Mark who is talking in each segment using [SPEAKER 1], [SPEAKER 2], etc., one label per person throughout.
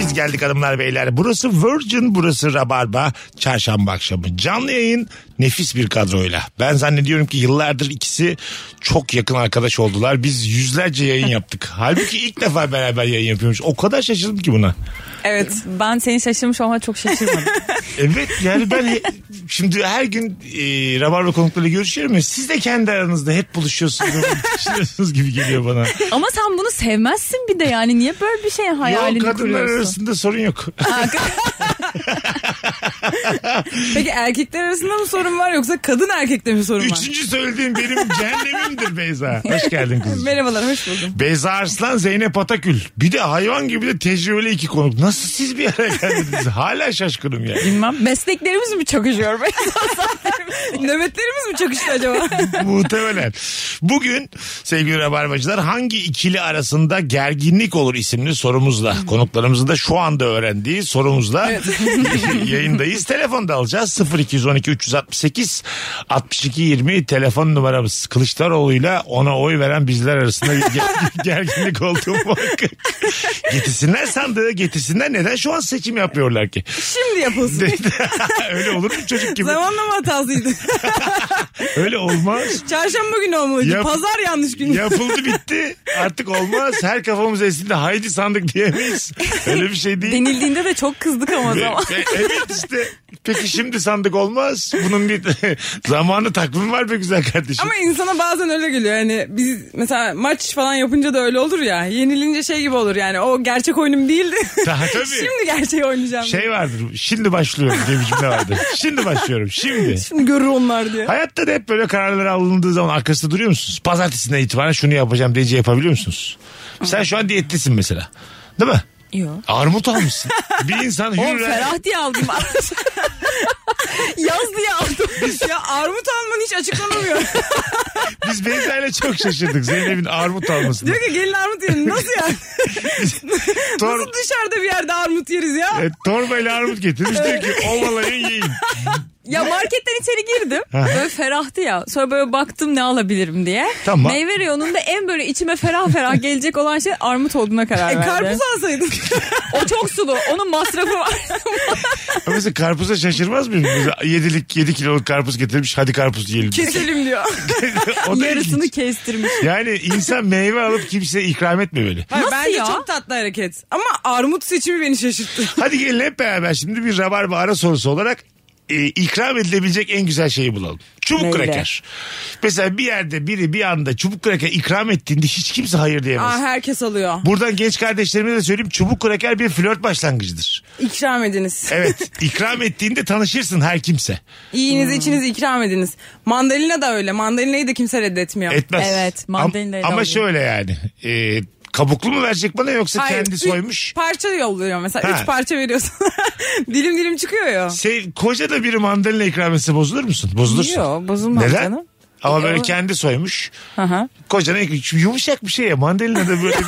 [SPEAKER 1] Biz geldik hanımlar beyler. Burası Virgin, burası Rabarba. Çarşamba akşamı canlı yayın nefis bir kadroyla. Ben zannediyorum ki yıllardır ikisi çok yakın arkadaş oldular. Biz yüzlerce yayın yaptık. Halbuki ilk defa beraber yayın yapıyormuş. O kadar şaşırdım ki buna.
[SPEAKER 2] Evet ben seni şaşırmış ama çok şaşırmadım.
[SPEAKER 1] Evet yani ben he- şimdi her gün e, Rabarba konuklarıyla görüşüyorum ya. Siz de kendi aranızda hep buluşuyorsunuz. buluşuyorsunuz gibi geliyor bana.
[SPEAKER 2] ama sen bunu sevmezsin bir de yani niye böyle bir şey hayalini
[SPEAKER 1] Yok kadınlar
[SPEAKER 2] kuruyorsun?
[SPEAKER 1] arasında sorun yok.
[SPEAKER 2] Peki erkekler arasında mı sorun var yoksa kadın erkekte mi sorun var?
[SPEAKER 1] Üçüncü söylediğim benim cehennemimdir Beyza. Hoş geldin kızım.
[SPEAKER 2] Merhabalar hoş buldum.
[SPEAKER 1] Beyza Arslan, Zeynep Atakül. Bir de hayvan gibi de tecrübeli iki konuk. Nasıl siz bir araya geldiniz? Hala şaşkınım ya.
[SPEAKER 2] Bilmem mesleklerimiz mi çakışıyor? Nöbetlerimiz mi çakıştı acaba?
[SPEAKER 1] Muhtemelen. Bugün sevgili Rabarbacılar hangi ikili arasında gerginlik olur isimli sorumuzla. Konuklarımızın da şu anda öğrendiği sorumuzla yayındayız. Telefon da alacağız. 0212 368 62 20 telefon numaramız. Kılıçdaroğlu'yla ona oy veren bizler arasında bir ger- gerginlik olduğu muhakkak. Getirsinler sandığı getirsinler. Neden şu an seçim yapıyorlar ki?
[SPEAKER 2] Şimdi yapılsın.
[SPEAKER 1] Öyle olur mu çocuk gibi?
[SPEAKER 2] Zamanlama hatasıydı.
[SPEAKER 1] Öyle olmaz.
[SPEAKER 2] Çarşamba günü olmalıydı.
[SPEAKER 1] Yap-
[SPEAKER 2] Pazar yanlış günü.
[SPEAKER 1] Yapıldı bitti. Artık olmaz. Her kafamız esinde haydi sandık diyemeyiz. Öyle bir şey değil.
[SPEAKER 2] Denildiğinde de çok kızdık ama o
[SPEAKER 1] Ve-
[SPEAKER 2] zaman.
[SPEAKER 1] ve- evet işte. Peki şimdi sandık olmaz. Bunun bir zamanı takvim var be güzel kardeşim.
[SPEAKER 2] Ama insana bazen öyle geliyor. Yani biz mesela maç falan yapınca da öyle olur ya. Yenilince şey gibi olur yani. O gerçek oyunum değildi.
[SPEAKER 1] Daha tabii.
[SPEAKER 2] Şimdi gerçeği oynayacağım.
[SPEAKER 1] Şey vardır. Şimdi başlıyorum diye bir cümle vardır. Şimdi başlıyorum. Şimdi.
[SPEAKER 2] Şimdi görür onlar diye.
[SPEAKER 1] Hayatta da hep böyle kararlar alındığı zaman arkasında duruyor musunuz? Pazartesinden itibaren şunu yapacağım deyince yapabiliyor musunuz? Sen şu an diyetlisin mesela. Değil mi?
[SPEAKER 2] Yok.
[SPEAKER 1] Armut almışsın. Bir insan
[SPEAKER 2] Oğlum
[SPEAKER 1] hürrem.
[SPEAKER 2] ferah diye aldım. Yaz diye aldım. ya armut alman hiç açıklanamıyor.
[SPEAKER 1] Biz Beyza'yla çok şaşırdık. Zeynep'in armut almasına.
[SPEAKER 2] Diyor ki gelin armut yiyelim. Nasıl yani?
[SPEAKER 1] Tor,
[SPEAKER 2] Nasıl dışarıda bir yerde armut yeriz ya?
[SPEAKER 1] e, torbayla armut getirmiş diyor ki ovalayın yiyin.
[SPEAKER 2] Ya marketten içeri girdim. böyle ferahtı ya. Sonra böyle baktım ne alabilirim diye.
[SPEAKER 1] Tamam.
[SPEAKER 2] Meyve reyonunda en böyle içime ferah ferah gelecek olan şey armut olduğuna karar
[SPEAKER 3] E,
[SPEAKER 2] verdim. karpuz alsaydım. o çok sulu. Onun masrafı var.
[SPEAKER 1] Ama Mesela karpuza şaşırmaz mıyım? Mesela Yedilik, yedi kiloluk karpuz getirmiş hadi karpuz yiyelim.
[SPEAKER 2] Keselim diyor.
[SPEAKER 1] O da
[SPEAKER 2] Yarısını
[SPEAKER 1] ilginç.
[SPEAKER 2] kestirmiş.
[SPEAKER 1] Yani insan meyve alıp kimseye ikram etmemeli.
[SPEAKER 3] Hayır,
[SPEAKER 2] Nasıl
[SPEAKER 3] bence
[SPEAKER 2] ya?
[SPEAKER 3] çok tatlı hareket. Ama armut seçimi beni şaşırttı.
[SPEAKER 1] Hadi gelin hep beraber şimdi bir rabarba ara sorusu olarak e, ikram edilebilecek en güzel şeyi bulalım. Çubuk
[SPEAKER 2] Neyle?
[SPEAKER 1] kraker. Mesela bir yerde biri bir anda çubuk kraker ikram ettiğinde hiç kimse hayır diyemez.
[SPEAKER 3] Aa, herkes alıyor.
[SPEAKER 1] Buradan genç kardeşlerime de söyleyeyim çubuk kraker bir flört başlangıcıdır.
[SPEAKER 3] İkram ediniz.
[SPEAKER 1] Evet ikram ettiğinde tanışırsın her kimse.
[SPEAKER 2] Hmm.
[SPEAKER 3] İyinizi içinizi ikram ediniz. Mandalina da öyle. Mandalinayı da kimse reddetmiyor.
[SPEAKER 1] Etmez.
[SPEAKER 2] Evet,
[SPEAKER 1] Am-
[SPEAKER 2] mandalina ile
[SPEAKER 1] Ama
[SPEAKER 2] alıyor.
[SPEAKER 1] şöyle yani. e, kabuklu mu verecek bana yoksa
[SPEAKER 3] Hayır,
[SPEAKER 1] kendi
[SPEAKER 3] üç
[SPEAKER 1] soymuş?
[SPEAKER 3] parça yolluyor mesela.
[SPEAKER 1] Ha.
[SPEAKER 3] Üç parça veriyorsun. dilim dilim çıkıyor ya.
[SPEAKER 1] Sev, Şey, koca da biri mandalina ikram etse bozulur musun? Bozulursun.
[SPEAKER 3] Yok, bozulmam
[SPEAKER 1] Neden?
[SPEAKER 3] canım.
[SPEAKER 1] Ama
[SPEAKER 3] E,
[SPEAKER 1] böyle
[SPEAKER 3] o-
[SPEAKER 1] kendi soymuş.
[SPEAKER 3] Aha.
[SPEAKER 1] Kocana ikram- yumuşak bir şey ya. Mandalina da böyle bir...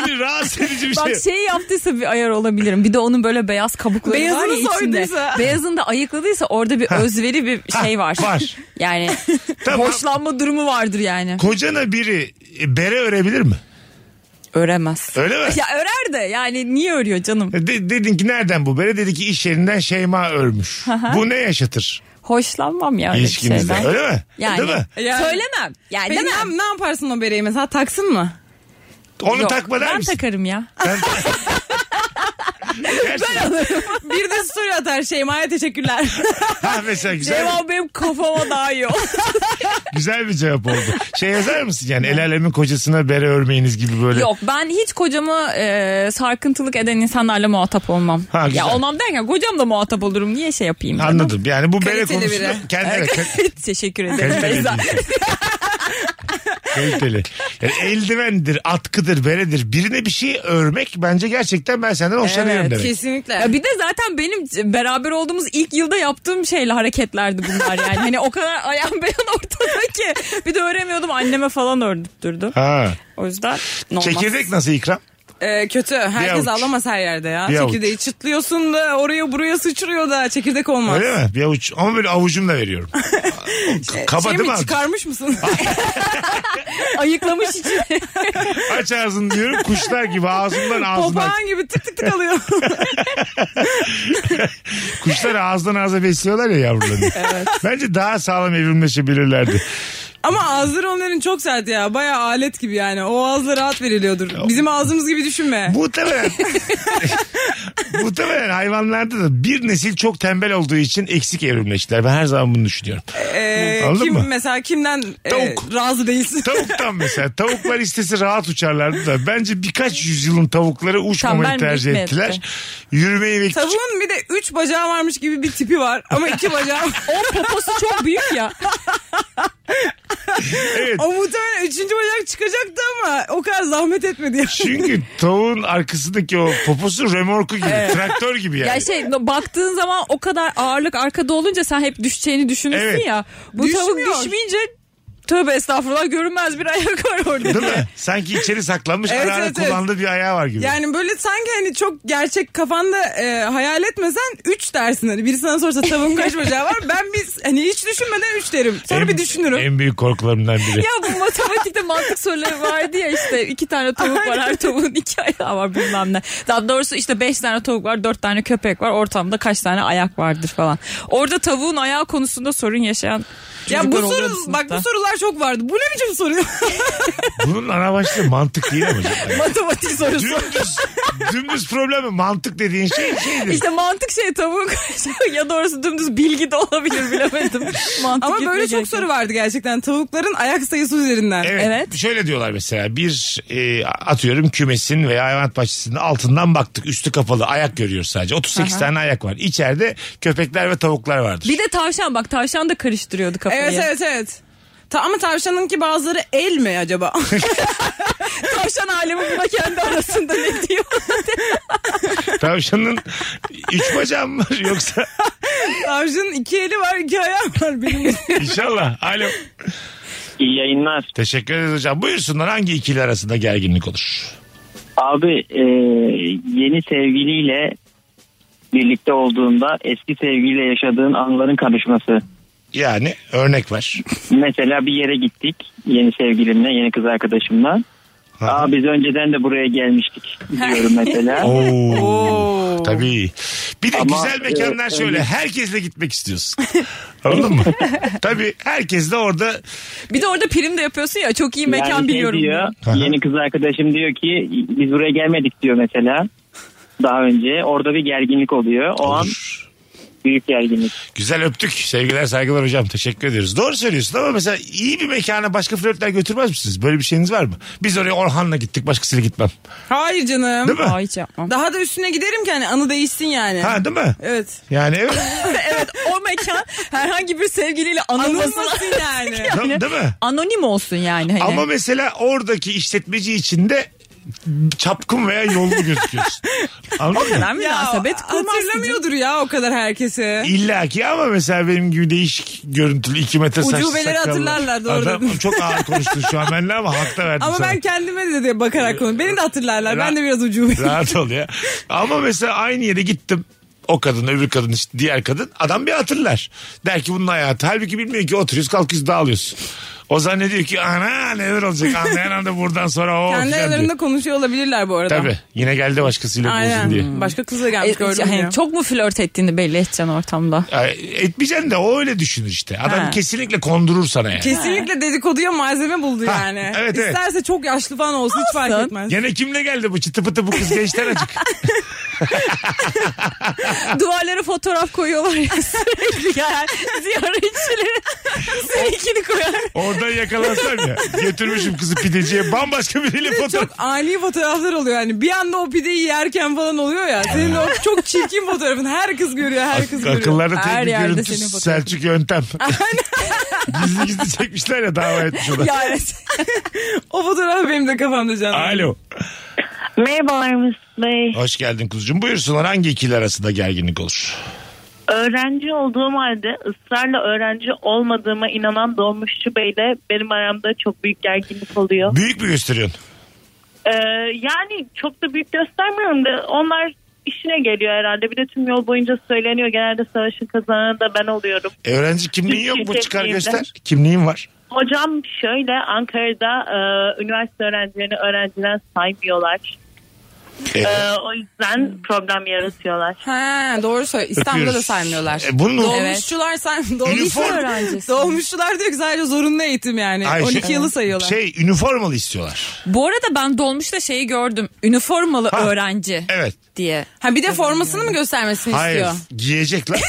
[SPEAKER 1] böyle rahatsız edici bir
[SPEAKER 2] Bak
[SPEAKER 1] şey.
[SPEAKER 2] şey yaptıysa bir ayar olabilirim. Bir de onun böyle beyaz kabukları var
[SPEAKER 3] Beyazını
[SPEAKER 2] ya içinde.
[SPEAKER 3] soyduysa.
[SPEAKER 2] Beyazını da ayıkladıysa orada bir özveri bir şey var.
[SPEAKER 1] var.
[SPEAKER 2] Yani
[SPEAKER 1] Tamam.
[SPEAKER 2] hoşlanma durumu vardır yani.
[SPEAKER 1] Kocana biri e, bere örebilir mi?
[SPEAKER 2] Öremez.
[SPEAKER 1] Öyle mi?
[SPEAKER 2] Ya örer de yani niye örüyor canım?
[SPEAKER 1] De- dedin ki nereden bu bere? Dedi ki iş yerinden Şeyma örmüş. bu ne yaşatır
[SPEAKER 2] Hoşlanmam ya öyle bir
[SPEAKER 1] ilişkinizde?
[SPEAKER 2] şeyden.
[SPEAKER 1] Öyle mi?
[SPEAKER 2] Yani,
[SPEAKER 1] Değil mi?
[SPEAKER 3] Yani-
[SPEAKER 2] söylemem. Yani
[SPEAKER 3] Peki
[SPEAKER 2] demem.
[SPEAKER 3] ne, ne yaparsın o bereyi mesela? Taksın mı?
[SPEAKER 1] Onu
[SPEAKER 2] Yok,
[SPEAKER 1] takma der
[SPEAKER 2] Ben
[SPEAKER 1] misin?
[SPEAKER 2] takarım ya.
[SPEAKER 1] Gerçekten.
[SPEAKER 3] Bir de story atar Şeyma'ya teşekkürler.
[SPEAKER 1] Ha mesela güzel,
[SPEAKER 2] Cevap benim kafama daha iyi oldu.
[SPEAKER 1] güzel bir cevap oldu. Şey yazar mısın yani el alemin kocasına bere örmeyiniz gibi böyle.
[SPEAKER 2] Yok ben hiç kocama e, sarkıntılık eden insanlarla muhatap olmam.
[SPEAKER 1] Ha, güzel.
[SPEAKER 2] ya olmam derken kocam da muhatap olurum. Niye şey yapayım? canım?
[SPEAKER 1] Anladım yani bu bere
[SPEAKER 3] Kaliteli
[SPEAKER 1] konusunda
[SPEAKER 3] biri.
[SPEAKER 1] kendine
[SPEAKER 2] Teşekkür ederim.
[SPEAKER 1] kaliteli.
[SPEAKER 2] Beyza.
[SPEAKER 1] değil. Kaliteli. Yani eldivendir, atkıdır, beredir. Birine bir şey örmek bence gerçekten ben senden hoşlanıyorum demek.
[SPEAKER 3] Kesinlikle.
[SPEAKER 2] Ya bir de zaten benim beraber olduğumuz ilk yılda yaptığım şeyle hareketlerdi bunlar yani. hani o kadar ayan beyan ortada ki. Bir de öğrenmiyordum anneme falan ördürttürdüm.
[SPEAKER 1] Ha.
[SPEAKER 4] O yüzden olmaz.
[SPEAKER 1] Çekirdek nasıl ikram?
[SPEAKER 2] Ee, kötü. Herkes
[SPEAKER 1] avuç.
[SPEAKER 2] ağlamaz her yerde ya.
[SPEAKER 1] Bir avuç.
[SPEAKER 2] Çekirdeği çıtlıyorsun da oraya buraya sıçrıyor da çekirdek olmaz.
[SPEAKER 1] Öyle mi? Bir avuç. Ama böyle avucumla veriyorum. Ka- Kaba
[SPEAKER 2] şey
[SPEAKER 1] değil mi?
[SPEAKER 2] mi
[SPEAKER 1] avuç?
[SPEAKER 2] çıkarmış mısın?
[SPEAKER 4] Ayıklamış için.
[SPEAKER 1] Aç ağzını diyorum kuşlar gibi ağzından ağzına.
[SPEAKER 2] Papağan gibi tık tık tık alıyor.
[SPEAKER 1] Kuşlar ağızdan ağza besliyorlar ya yavrularını. Bence daha sağlam evrimleşebilirlerdi.
[SPEAKER 2] Ama ağızları onların çok sert ya. Baya alet gibi yani. O ağızla rahat veriliyordur. Bizim ağzımız gibi düşünme.
[SPEAKER 1] Muhtemelen. Muhtemelen hayvanlarda da bir nesil çok tembel olduğu için eksik evrimleştiler. Ben her zaman bunu düşünüyorum.
[SPEAKER 2] Ee,
[SPEAKER 1] Anladın
[SPEAKER 2] kim
[SPEAKER 1] mı?
[SPEAKER 2] mesela kimden e,
[SPEAKER 1] Tavuk.
[SPEAKER 2] razı değilsin?
[SPEAKER 1] Tavuktan mesela. Tavuklar istese rahat uçarlardı da. Bence birkaç yüzyılın tavukları uçmamayı
[SPEAKER 4] Tembel mi,
[SPEAKER 1] tercih
[SPEAKER 4] gitme
[SPEAKER 1] ettiler.
[SPEAKER 4] etti.
[SPEAKER 1] Yürümeyi ve küçük-
[SPEAKER 2] Tavuğun bir de üç bacağı varmış gibi bir tipi var. Ama iki bacağı var.
[SPEAKER 4] O poposu çok büyük ya.
[SPEAKER 1] Evet.
[SPEAKER 2] O muhtemelen üçüncü bacak çıkacaktı ama o kadar zahmet etmedi. yani.
[SPEAKER 1] Çünkü tavuğun arkasındaki o poposu remorku gibi, traktör gibi yani.
[SPEAKER 4] Ya şey no- baktığın zaman o kadar ağırlık arkada olunca sen hep düşeceğini düşünürsün
[SPEAKER 1] Evet.
[SPEAKER 4] ya. Bu
[SPEAKER 2] Düşmüyor.
[SPEAKER 4] tavuk düşmeyince tövbe estağfurullah görünmez bir ayak var orada.
[SPEAKER 1] Değil mi? Sanki içeri saklanmış
[SPEAKER 2] Evet,
[SPEAKER 1] ara ara
[SPEAKER 2] evet, evet.
[SPEAKER 1] kullandığı bir ayağı var gibi.
[SPEAKER 2] Yani böyle sanki hani çok gerçek kafanda e, hayal etmesen 3 dersin. Hani biri sana sorsa tavuğun kaç bacağı var ben bir hani hiç düşünmeden 3 derim. Sonra
[SPEAKER 1] En-
[SPEAKER 2] bir düşünürüm.
[SPEAKER 1] En büyük korkularımdan biri.
[SPEAKER 4] Ya bu matematikte mantık soruları vardı ya işte iki tane tavuk var her tavuğun iki ayağı var bilmem ne. Daha doğrusu işte beş tane tavuk var dört tane köpek var ortamda kaç tane ayak vardır falan. Orada tavuğun ayağı konusunda sorun yaşayan
[SPEAKER 2] ya bu
[SPEAKER 4] çocuklar oluyordu
[SPEAKER 2] soru bak
[SPEAKER 4] sınıfta.
[SPEAKER 2] bu sorular çok vardı. Bu ne biçim soru? ya?
[SPEAKER 1] Bunun ana başlığı mantık değil ama.
[SPEAKER 4] matematik sorusu.
[SPEAKER 1] dümdüz, dümdüz problemi mantık dediğin şey şeydir.
[SPEAKER 4] İşte mantık şey tavuğun kaç- ya doğrusu dümdüz bilgi de olabilir bilemedim. Mantık
[SPEAKER 2] Ama böyle
[SPEAKER 4] yetmeyecek.
[SPEAKER 2] çok soru vardı gerçekten tavukların ayak sayısı üzerinden.
[SPEAKER 1] Evet,
[SPEAKER 4] Evet.
[SPEAKER 1] Şöyle diyorlar mesela bir e, atıyorum kümesin veya hayvanat bahçesinin altından baktık üstü kapalı ayak görüyoruz sadece. 38 tane ayak var. İçeride köpekler ve tavuklar vardır.
[SPEAKER 4] Bir de tavşan bak tavşan da karıştırıyordu kafayı.
[SPEAKER 2] Evet evet evet. Ta, ama tavşanın ki bazıları el mi acaba?
[SPEAKER 4] Tavşan alemi buna kendi arasında ne diyor?
[SPEAKER 1] Tavşanın üç bacağı mı var yoksa
[SPEAKER 2] Tavşanın iki eli var iki ayağı var benim.
[SPEAKER 1] inşallah. Alo.
[SPEAKER 5] İyi yayınlar.
[SPEAKER 1] Teşekkür ederiz hocam. Buyursunlar hangi ikili arasında gerginlik olur?
[SPEAKER 5] Abi e, yeni sevgiliyle birlikte olduğunda eski sevgiliyle yaşadığın anların karışması.
[SPEAKER 1] Yani örnek var.
[SPEAKER 5] Mesela bir yere gittik yeni sevgilimle, yeni kız arkadaşımla. Aa biz önceden de buraya gelmiştik diyorum mesela.
[SPEAKER 1] Oo. Tabii. Bir de
[SPEAKER 5] Ama,
[SPEAKER 1] güzel mekanlar
[SPEAKER 5] e,
[SPEAKER 1] şöyle.
[SPEAKER 5] öyle.
[SPEAKER 1] Herkesle gitmek istiyorsun. Anladın mı? Tabii herkes de orada
[SPEAKER 4] Bir de orada prim de yapıyorsun ya çok iyi mekan
[SPEAKER 5] Yani şey
[SPEAKER 4] biliyorum.
[SPEAKER 5] diyor,
[SPEAKER 1] Aha.
[SPEAKER 5] yeni kız arkadaşım diyor ki biz buraya gelmedik diyor mesela. Daha önce orada bir gerginlik oluyor. O an
[SPEAKER 1] Olur.
[SPEAKER 5] büyük gerginlik.
[SPEAKER 1] Güzel öptük. Sevgiler saygılar hocam. Teşekkür ediyoruz. Doğru söylüyorsun ama mesela iyi bir mekana başka flörtler götürmez misiniz? Böyle bir şeyiniz var mı? Biz oraya Orhan'la gittik başkasıyla gitmem.
[SPEAKER 2] Hayır canım.
[SPEAKER 1] Değil mi?
[SPEAKER 4] Aa, hiç yapmam.
[SPEAKER 2] Daha da üstüne giderim ki hani anı değişsin yani.
[SPEAKER 1] Ha değil mi?
[SPEAKER 2] Evet.
[SPEAKER 1] Yani evet.
[SPEAKER 4] evet o mekan herhangi bir sevgiliyle anılmasın.
[SPEAKER 2] Anılmasın yani.
[SPEAKER 1] Değil- değil mi?
[SPEAKER 4] Anonim olsun yani. Hani.
[SPEAKER 1] Ama mesela oradaki işletmeci içinde çapkın veya yollu gözüküyorsun. Anladın mı?
[SPEAKER 4] Ben münasebet kurmazsın.
[SPEAKER 2] hatırlamıyordur ya o kadar herkesi.
[SPEAKER 1] İlla ki ama mesela benim gibi değişik görüntülü 2 metre saçlı
[SPEAKER 2] Ucubeleri
[SPEAKER 1] sakallı.
[SPEAKER 2] hatırlarlar, doğru
[SPEAKER 1] Adam
[SPEAKER 2] dedin.
[SPEAKER 1] çok ağır konuştu şu an benimle ama hakta verdim
[SPEAKER 2] Ama
[SPEAKER 1] sana.
[SPEAKER 2] ben kendime de diye
[SPEAKER 1] Ee,
[SPEAKER 2] bakarak konu. Beni de hatırlarlar. Ben de biraz ucubeyim.
[SPEAKER 1] Rahat ol ya. Ama mesela aynı yere gittim. O kadın öbür kadın işte diğer kadın adam bir hatırlar. Der ki bunun hayatı. Halbuki bilmiyor ki oturuyoruz kalkıyoruz dağılıyoruz. O zannediyor ki ana neler olacak anlayan anda buradan sonra o
[SPEAKER 2] Kendi
[SPEAKER 1] filan diyor.
[SPEAKER 2] aralarında konuşuyor olabilirler bu arada.
[SPEAKER 1] Tabii yine geldi başkasıyla bulsun diye.
[SPEAKER 2] Aynen. Başka kızla gelmiş gördüm
[SPEAKER 4] Yani
[SPEAKER 2] ya.
[SPEAKER 4] çok mu flört ettiğini belli edeceksin ortamda?
[SPEAKER 1] Ay, Etmeyeceksin de o öyle düşünür işte. Adam
[SPEAKER 4] Ha.
[SPEAKER 1] kesinlikle kondurur sana yani.
[SPEAKER 2] Kesinlikle dedikoduya malzeme buldu
[SPEAKER 1] Ha,
[SPEAKER 2] yani.
[SPEAKER 1] evet, evet.
[SPEAKER 2] İsterse çok yaşlı falan olsun, hiç fark
[SPEAKER 4] Olsun.
[SPEAKER 2] etmez.
[SPEAKER 1] Gene kimle geldi bu çıtı pıtı bu kız gençler acık.
[SPEAKER 4] Duvarlara fotoğraf koyuyorlar ya sürekli yani. Ziyaretçileri seninkini koyar.
[SPEAKER 1] Oradan yakalansam ya. Götürmüşüm kızı pideciye bambaşka biriyle fotoğraf.
[SPEAKER 2] Çok ani fotoğraflar oluyor yani. Bir anda o pideyi yerken falan oluyor ya. Senin o çok çirkin fotoğrafın her kız görüyor, her kız görüyor.
[SPEAKER 1] Akıllarda tek
[SPEAKER 4] Her
[SPEAKER 1] bir
[SPEAKER 4] yerde
[SPEAKER 1] görüntü
[SPEAKER 4] senin fotoğrafın.
[SPEAKER 1] Selçuk Yöntem. gizli gizli çekmişler ya dava etmiş o da.
[SPEAKER 2] Ya evet. o fotoğraf benim de kafamda canlı.
[SPEAKER 1] Alo.
[SPEAKER 6] Merhabalar Mesut Bey.
[SPEAKER 1] Hoş geldin kuzucuğum. Buyursunlar hangi ikili arasında gerginlik olur?
[SPEAKER 6] Öğrenci olduğum halde ısrarla öğrenci olmadığıma inanan dolmuşçu beyle benim aramda çok büyük gerginlik oluyor.
[SPEAKER 1] Büyük mü gösteriyorsun?
[SPEAKER 6] Ee, yani çok da büyük göstermiyorum da onlar işine geliyor herhalde. Bir de tüm yol boyunca söyleniyor. Genelde savaşın kazananı da ben oluyorum.
[SPEAKER 1] E, öğrenci kimliğin yok mu?
[SPEAKER 6] Şirket
[SPEAKER 1] Çıkar
[SPEAKER 6] değilim.
[SPEAKER 1] göster. Kimliğin var.
[SPEAKER 6] Hocam şöyle Ankara'da e, üniversite öğrencilerini öğrenciden saymıyorlar.
[SPEAKER 1] E,
[SPEAKER 6] Ee, o yüzden problem yaratıyorlar.
[SPEAKER 2] Ha doğru söyle. İstanbul'da da
[SPEAKER 1] Öpüyoruz.
[SPEAKER 2] saymıyorlar.
[SPEAKER 1] E, bunu ne-
[SPEAKER 2] Dolmuşçular saymıyor. Dolmuşçular
[SPEAKER 1] Üniform-
[SPEAKER 2] öğrencisi. Dolmuşçular diyor ki sadece zorunlu eğitim yani.
[SPEAKER 1] Ay,
[SPEAKER 2] 12
[SPEAKER 1] şey-
[SPEAKER 2] yılı sayıyorlar.
[SPEAKER 1] Şey üniformalı istiyorlar.
[SPEAKER 4] Bu arada ben dolmuşta şeyi gördüm. Üniformalı
[SPEAKER 1] Ha.
[SPEAKER 4] öğrenci
[SPEAKER 1] Evet.
[SPEAKER 4] diye.
[SPEAKER 2] ha bir de formasını mı göstermesini
[SPEAKER 1] Hayır.
[SPEAKER 2] istiyor?
[SPEAKER 1] Giyecekler.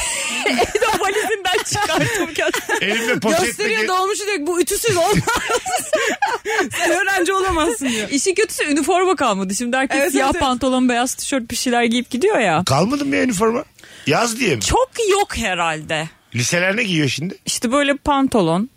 [SPEAKER 4] Valizinden çıkarttım kendimi.
[SPEAKER 1] Elimde poşetle.
[SPEAKER 2] Gösteriyor
[SPEAKER 1] ge-
[SPEAKER 2] dolmuşu diyor ki, bu ütüsüz olmaz. Sen öğrenci olamazsın diyor.
[SPEAKER 4] İşin kötüsü üniforma kalmadı. Şimdi herkes
[SPEAKER 2] Evet,
[SPEAKER 4] siyah
[SPEAKER 2] evet, evet.
[SPEAKER 4] pantolon, beyaz tişört bir şeyler giyip gidiyor ya.
[SPEAKER 1] Kalmadı mı ya üniforma? Yaz diye mi?
[SPEAKER 4] Çok yok herhalde.
[SPEAKER 1] Liseler ne giyiyor şimdi?
[SPEAKER 4] İşte böyle pantolon,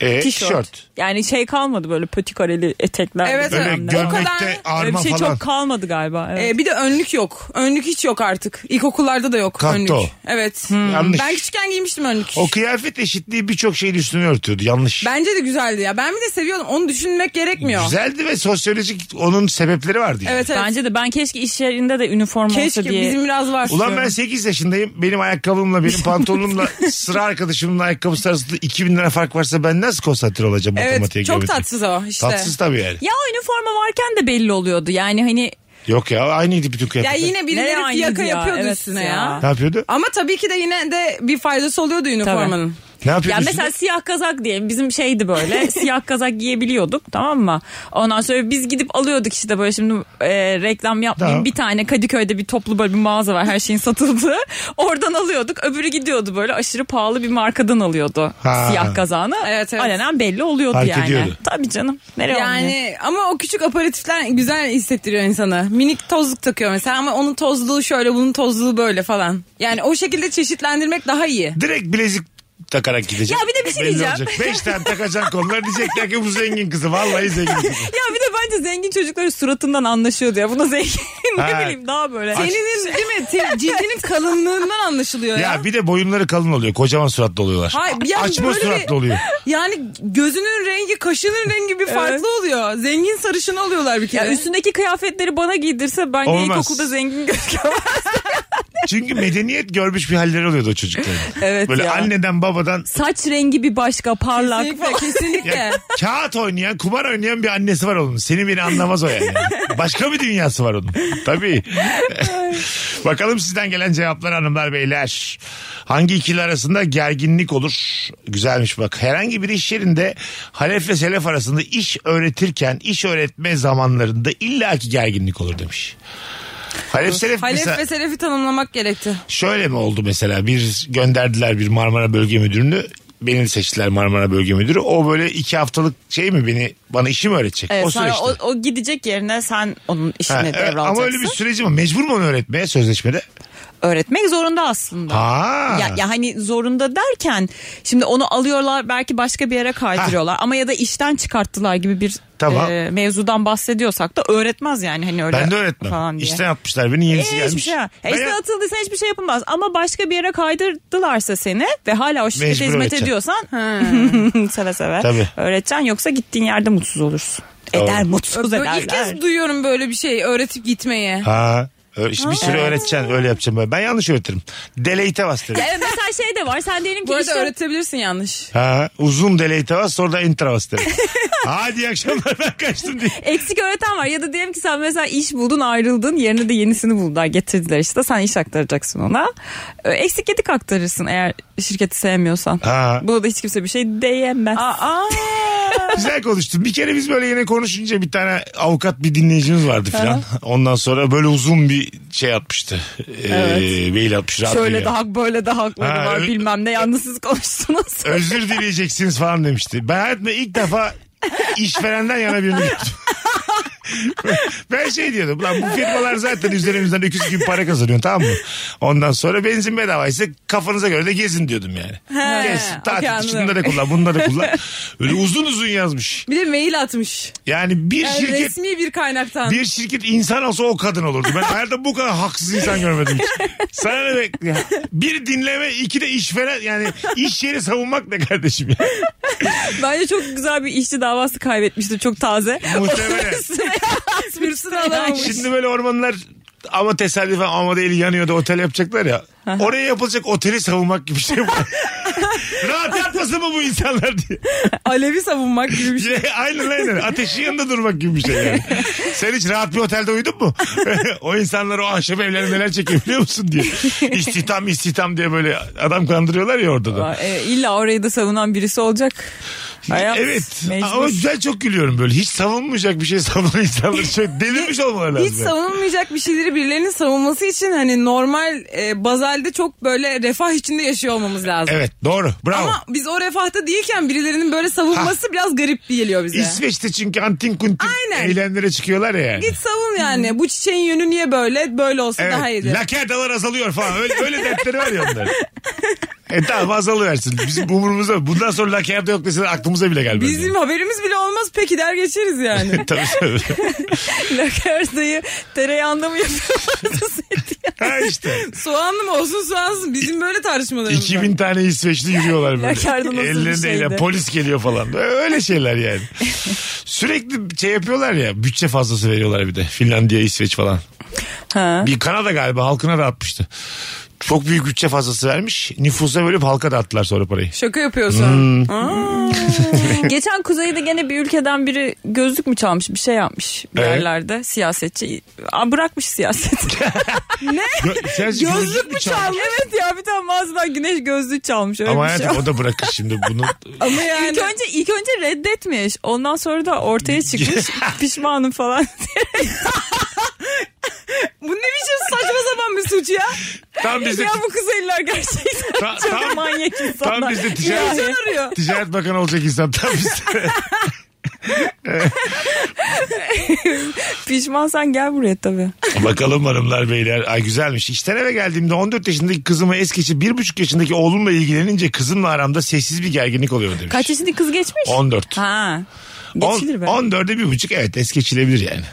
[SPEAKER 1] E,
[SPEAKER 4] tişört.
[SPEAKER 1] tişört.
[SPEAKER 4] Yani şey kalmadı böyle pötikareli etekler.
[SPEAKER 2] Evet,
[SPEAKER 4] bilmem
[SPEAKER 1] Böyle
[SPEAKER 2] Tamam,
[SPEAKER 4] ne.
[SPEAKER 2] o gömlek
[SPEAKER 1] gömlekte
[SPEAKER 2] kadar- öyle
[SPEAKER 1] arma
[SPEAKER 4] Öyle bir şey
[SPEAKER 1] falan.
[SPEAKER 4] çok kalmadı galiba. Evet.
[SPEAKER 2] Ee, bir de önlük yok. Önlük hiç yok artık. İlkokullarda da yok
[SPEAKER 1] Kalktı
[SPEAKER 2] önlük.
[SPEAKER 1] o.
[SPEAKER 2] Evet.
[SPEAKER 1] Hmm. Yanlış.
[SPEAKER 2] Ben küçükken giymiştim önlük.
[SPEAKER 1] O kıyafet eşitliği birçok şeyin üstünü örtüyordu. Yanlış.
[SPEAKER 2] Bence de güzeldi ya. Ben bir de seviyordum. Onu düşünmek gerekmiyor.
[SPEAKER 1] Güzeldi ve sosyolojik onun sebepleri vardı. Yani.
[SPEAKER 2] Evet evet.
[SPEAKER 4] Bence de ben keşke iş yerinde de üniforma
[SPEAKER 2] Keşke
[SPEAKER 4] olsa diye.
[SPEAKER 2] bizim biraz var.
[SPEAKER 1] Ulan ben 8 yaşındayım. Benim ayakkabımla, benim pantolonumla, sıra arkadaşımın ayakkabısı arasında 2000 lira fark varsa ben nasıl konsantre olacağım matematiğe?
[SPEAKER 2] Evet çok
[SPEAKER 1] geometriye?
[SPEAKER 2] tatsız o işte.
[SPEAKER 1] Tatsız tabii yani.
[SPEAKER 4] Ya üniforma varken de belli oluyordu. Yani hani
[SPEAKER 1] Yok ya aynıydı bütün
[SPEAKER 2] Ya
[SPEAKER 1] kıyafetler.
[SPEAKER 2] yine
[SPEAKER 4] Nereye
[SPEAKER 2] birileri
[SPEAKER 4] aynıydı
[SPEAKER 2] fiyaka
[SPEAKER 4] ya?
[SPEAKER 2] yapıyordu
[SPEAKER 4] Evet
[SPEAKER 2] üstüne ya.
[SPEAKER 4] ya.
[SPEAKER 1] Ne yapıyordu?
[SPEAKER 2] Ama tabii ki de yine de bir faydası oluyordu üniformanın.
[SPEAKER 1] Ne yapıyordu?
[SPEAKER 4] Ya
[SPEAKER 1] üstüne?
[SPEAKER 4] mesela siyah kazak diyelim bizim şeydi böyle siyah kazak giyebiliyorduk tamam mı? Ondan sonra biz gidip alıyorduk işte böyle şimdi e, reklam yapmayayım
[SPEAKER 1] Tamam.
[SPEAKER 4] bir tane Kadıköy'de bir toplu böyle bir mağaza var her şeyin satıldığı. Oradan alıyorduk öbürü gidiyordu böyle aşırı pahalı bir markadan alıyordu
[SPEAKER 1] Ha.
[SPEAKER 4] siyah kazağını.
[SPEAKER 2] Evet, evet.
[SPEAKER 4] Alenen belli oluyordu
[SPEAKER 1] Fark
[SPEAKER 4] yani.
[SPEAKER 1] ediyordu.
[SPEAKER 4] Tabii canım. Nereye yani...
[SPEAKER 2] Yani ama o küçük aparatifler güzel hissettiriyor insanı. Minik tozluk takıyor mesela ama onun tozluğu şöyle bunun tozluğu böyle falan. Yani o şekilde çeşitlendirmek daha iyi.
[SPEAKER 1] Direkt bilezik takarak gidecek.
[SPEAKER 4] Ya bir de bir şey diyeceğim.
[SPEAKER 1] 5 tane takacak onlar diyecekler ki bu zengin kızı. Vallahi zengin kızı.
[SPEAKER 4] Ya bir de bence zengin çocukların suratından anlaşıyordu ya. Buna zengin ne
[SPEAKER 1] Ha.
[SPEAKER 4] bileyim daha böyle.
[SPEAKER 2] Teninin değil mi? Te- cildinin kalınlığından anlaşılıyor ya.
[SPEAKER 1] Ya bir de boyunları kalın oluyor. Kocaman suratlı oluyorlar.
[SPEAKER 2] Hayır, ya
[SPEAKER 1] Açma
[SPEAKER 2] böyle bir-
[SPEAKER 1] suratlı oluyor.
[SPEAKER 2] Yani gözünün rengi, kaşının rengi bir farklı oluyor. Zengin sarışını oluyorlar bir kere.
[SPEAKER 4] Ya üstündeki kıyafetleri bana giydirse ben de
[SPEAKER 1] Olmaz.
[SPEAKER 4] ilkokulda zengin gözüküyorum.
[SPEAKER 1] Çünkü medeniyet görmüş bir halleri oluyordu o çocukların.
[SPEAKER 2] Evet
[SPEAKER 1] Böyle
[SPEAKER 2] ya.
[SPEAKER 1] anneden babadan
[SPEAKER 4] Saç rengi bir başka parlak.
[SPEAKER 2] kesinlikle, kesinlikle.
[SPEAKER 1] Ya kağıt oynayan, kumar oynayan bir annesi var onun. Seni beni anlamaz o yani. Başka bir dünyası var onun. Tabii. Bakalım sizden gelen cevaplar hanımlar beyler. Hangi ikili arasında gerginlik olur? Güzelmiş bak. Herhangi bir iş yerinde halefle selef arasında iş öğretirken, iş öğretme zamanlarında illaki gerginlik olur demiş. Halef selef
[SPEAKER 2] Halef
[SPEAKER 1] mesela-
[SPEAKER 2] ve Selefi tanımlamak gerekti.
[SPEAKER 1] Şöyle mi oldu mesela bir gönderdiler bir Marmara Bölge Müdürünü beni seçtiler Marmara Bölge Müdürü. O böyle iki haftalık şey mi beni bana işi mi öğretecek?
[SPEAKER 4] Evet,
[SPEAKER 1] o
[SPEAKER 4] sonra
[SPEAKER 1] süreçte.
[SPEAKER 4] o, o gidecek yerine sen onun işini
[SPEAKER 1] Ha, evet,
[SPEAKER 4] devralacaksın.
[SPEAKER 1] ama öyle bir süreci mi? Mecbur mu onu öğretmeye sözleşmede?
[SPEAKER 4] Öğretmek zorunda aslında.
[SPEAKER 1] Ha.
[SPEAKER 4] Ya, ya hani zorunda derken şimdi onu alıyorlar belki başka bir yere kaydırıyorlar ama ya da işten çıkarttılar gibi bir
[SPEAKER 1] Tamam.
[SPEAKER 4] e, mevzudan bahsediyorsak da öğretmez yani hani öyle
[SPEAKER 1] ben de öğretmem.
[SPEAKER 4] falan diye.
[SPEAKER 1] İşten atmışlar beni yenisi
[SPEAKER 4] Ee, hiçbir
[SPEAKER 1] gelmiş.
[SPEAKER 4] şey yok.
[SPEAKER 1] Ben
[SPEAKER 4] E, işten
[SPEAKER 1] ya-
[SPEAKER 4] atıldıysan hiçbir şey yapılmaz. Ama başka bir yere kaydırdılarsa seni ve hala o şirkete
[SPEAKER 1] Mecbur
[SPEAKER 4] hizmet
[SPEAKER 1] öğreteceksin.
[SPEAKER 4] ediyorsan seve seve
[SPEAKER 1] Tabii.
[SPEAKER 4] öğreteceksin. Yoksa gittiğin yerde mutsuz olursun.
[SPEAKER 1] Doğru.
[SPEAKER 4] Eder mutsuz
[SPEAKER 2] Böyle
[SPEAKER 4] ederler. Hmm.
[SPEAKER 2] İlk kez duyuyorum böyle bir şey öğretip gitmeye.
[SPEAKER 1] Ha. Öyle, işte bir sürü öğreteceksin öyle yapacaksın böyle. Ben yanlış öğretirim. Delete'e bastırırım.
[SPEAKER 4] Evet, mesela şey de var sen diyelim
[SPEAKER 2] Bu
[SPEAKER 4] ki
[SPEAKER 2] arada
[SPEAKER 4] işte
[SPEAKER 2] öğretebilirsin yanlış.
[SPEAKER 1] Ha, uzun delete'e bas sonra da enter'a bastırırım. Hadi iyi akşamlar ben kaçtım diye.
[SPEAKER 4] eksik öğreten var ya da diyelim ki sen mesela iş buldun ayrıldın yerine de yenisini buldular getirdiler işte sen iş aktaracaksın ona. Ee, Eksik yedik aktarırsın eğer şirketi sevmiyorsan.
[SPEAKER 1] Ha.
[SPEAKER 4] Buna da hiç kimse bir şey diyemez.
[SPEAKER 2] Aa,
[SPEAKER 1] Güzel konuştun. Bir kere biz böyle yine konuşunca bir tane avukat bir dinleyicimiz vardı filan. Ondan sonra böyle uzun bir şey atmıştı. Ee, Mail atmış. radyoya.
[SPEAKER 4] Şöyle de hak böyle de hakları
[SPEAKER 1] Ha,
[SPEAKER 4] var
[SPEAKER 1] ö-
[SPEAKER 4] bilmem ne yalnız siz konuştunuz.
[SPEAKER 1] Özür dileyeceksiniz falan demişti. Ben hayatımda ilk defa işverenden yana birini gördüm. ben şey diyordum lan bu firmalar zaten üzerimizden öküz gibi para kazanıyor tamam mı? Ondan sonra benzin bedavaysa kafanıza göre de gezin diyordum yani. Gez, tatil
[SPEAKER 2] okey,
[SPEAKER 1] için
[SPEAKER 2] anladım.
[SPEAKER 1] bunları da kullan bunları da kullan. Öyle uzun uzun yazmış.
[SPEAKER 2] bir de mail atmış.
[SPEAKER 1] Yani bir
[SPEAKER 2] Yani
[SPEAKER 1] şirket
[SPEAKER 2] resmi bir kaynaktan.
[SPEAKER 1] Bir şirket insan olsa o kadın olurdu. Ben hayatta bu kadar haksız insan görmedim hiç. Sana ne bek- ya. Bir dinleme, iki de işveren yani iş yeri savunmak ne kardeşim ya.
[SPEAKER 4] Bence çok güzel bir işçi davası kaybetmişti çok taze.
[SPEAKER 1] Muhtemelen.
[SPEAKER 4] Üstüne
[SPEAKER 2] alamamış.
[SPEAKER 1] Şimdi böyle ormanlar ama tesadüfen ama değil yanıyordu otel yapacaklar ya. Oraya yapılacak oteli savunmak gibi bir şey bu. Rahat yapmasın mı bu insanlar diye.
[SPEAKER 2] Alevi savunmak gibi bir şey.
[SPEAKER 1] Ya, aynen aynen. Ateşin yanında durmak gibi bir şey yani. Sen hiç rahat bir otelde uyudun mu? o insanlar o ahşap evlerinde neler çekiyor biliyor musun diye. İstihdam istihdam diye böyle adam kandırıyorlar ya orada da.
[SPEAKER 2] E,
[SPEAKER 4] illa orayı da savunan birisi olacak. Hayat
[SPEAKER 1] evet.
[SPEAKER 4] mecbur.
[SPEAKER 1] Ama güzel çok gülüyorum böyle. Hiç savunmayacak bir şey savunan insanlar çok delirmiş olmaları lazım.
[SPEAKER 2] Hiç savunulmayacak bir şeyleri birilerinin savunması için hani normal e, bazalde çok böyle refah içinde yaşıyor olmamız lazım.
[SPEAKER 1] Evet doğru. Bravo.
[SPEAKER 2] Ama biz o refahta değilken birilerinin böyle savunması biraz garip geliyor bize.
[SPEAKER 1] İsveç'te çünkü antin kuntin
[SPEAKER 2] Aynen.
[SPEAKER 1] eylemlere çıkıyorlar ya. yani.
[SPEAKER 2] Git savun yani. Bu çiçeğin yönü niye böyle? Böyle olsa daha
[SPEAKER 1] Evet.
[SPEAKER 2] iyiydi.
[SPEAKER 1] Lakerdalar azalıyor falan. Öyle, öyle dertleri var ya onların. E tamam azalıyor aslında. Bizim umurumuzda. Bundan sonra lakerda yok deseler aklımıza bile gelmez.
[SPEAKER 2] Bizim haberimiz bile olmaz. Peki der geçeriz yani.
[SPEAKER 1] Tabii tabii.
[SPEAKER 4] Lakerdayı tereyağında mı yapıyorsunuz?
[SPEAKER 1] Ha işte.
[SPEAKER 2] soğanlı mı olsun soğansız. Bizim böyle tartışmalarımız var.
[SPEAKER 1] 2000 tane İsveçli yürüyorlar
[SPEAKER 4] Lakerda
[SPEAKER 1] böyle.
[SPEAKER 4] nasıl bir
[SPEAKER 1] Ellerinde
[SPEAKER 4] şeydi?
[SPEAKER 1] eyle polis geliyor falan. E, Öyle şeyler yani. Sürekli şey yapıyorlar ya. Bütçe fazlası veriyorlar bir de. Finlandiya, İsveç falan.
[SPEAKER 4] ha.
[SPEAKER 1] Bir Kanada galiba halkına dağıtmıştı. Çok büyük bütçe fazlası vermiş. Nüfusa bölüp halka dağıttılar sonra parayı.
[SPEAKER 2] Şaka yapıyorsun.
[SPEAKER 4] Hmm. Geçen Kuzey'de gene bir ülkeden biri gözlük mü çalmış bir şey yapmış bir
[SPEAKER 1] Evet.
[SPEAKER 4] yerlerde siyasetçi. Aa, bırakmış siyaseti.
[SPEAKER 1] Gö- sen
[SPEAKER 2] Gözlük mü çalmış?
[SPEAKER 4] evet ya bir tane mağazadan güneş gözlük çalmış öyle
[SPEAKER 1] Ama
[SPEAKER 4] bir şey.
[SPEAKER 1] hayatım o da bırakır şimdi bunu.
[SPEAKER 2] Ama yani
[SPEAKER 4] İlk önce ilk önce reddetmiş. Ondan sonra da ortaya çıkmış pişmanım falan.
[SPEAKER 2] bu ne biçim saçma sapan bir suç ya?
[SPEAKER 1] Tam bizde
[SPEAKER 2] Ya bu Kuzeyliler gerçekten
[SPEAKER 1] tam, tam,
[SPEAKER 4] Manyak insanlar.
[SPEAKER 1] tam bizde ticaret,
[SPEAKER 2] can arıyor.
[SPEAKER 1] ticaret bakanı olacak insan tam bizde.
[SPEAKER 4] Pişmansan gel buraya tabii.
[SPEAKER 1] Bakalım hanımlar beyler. Ay güzelmiş. İşten eve geldiğimde 14 yaşındaki kızıma es geçip 1,5 yaşındaki oğlumla ilgilenince kızımla aramda sessiz bir gerginlik oluyor demiş.
[SPEAKER 4] Kaç yaşındaki kız geçmiş?
[SPEAKER 1] 14.
[SPEAKER 4] Ha. Geçilir be.
[SPEAKER 1] 14'e 1,5 evet es geçilebilir yani.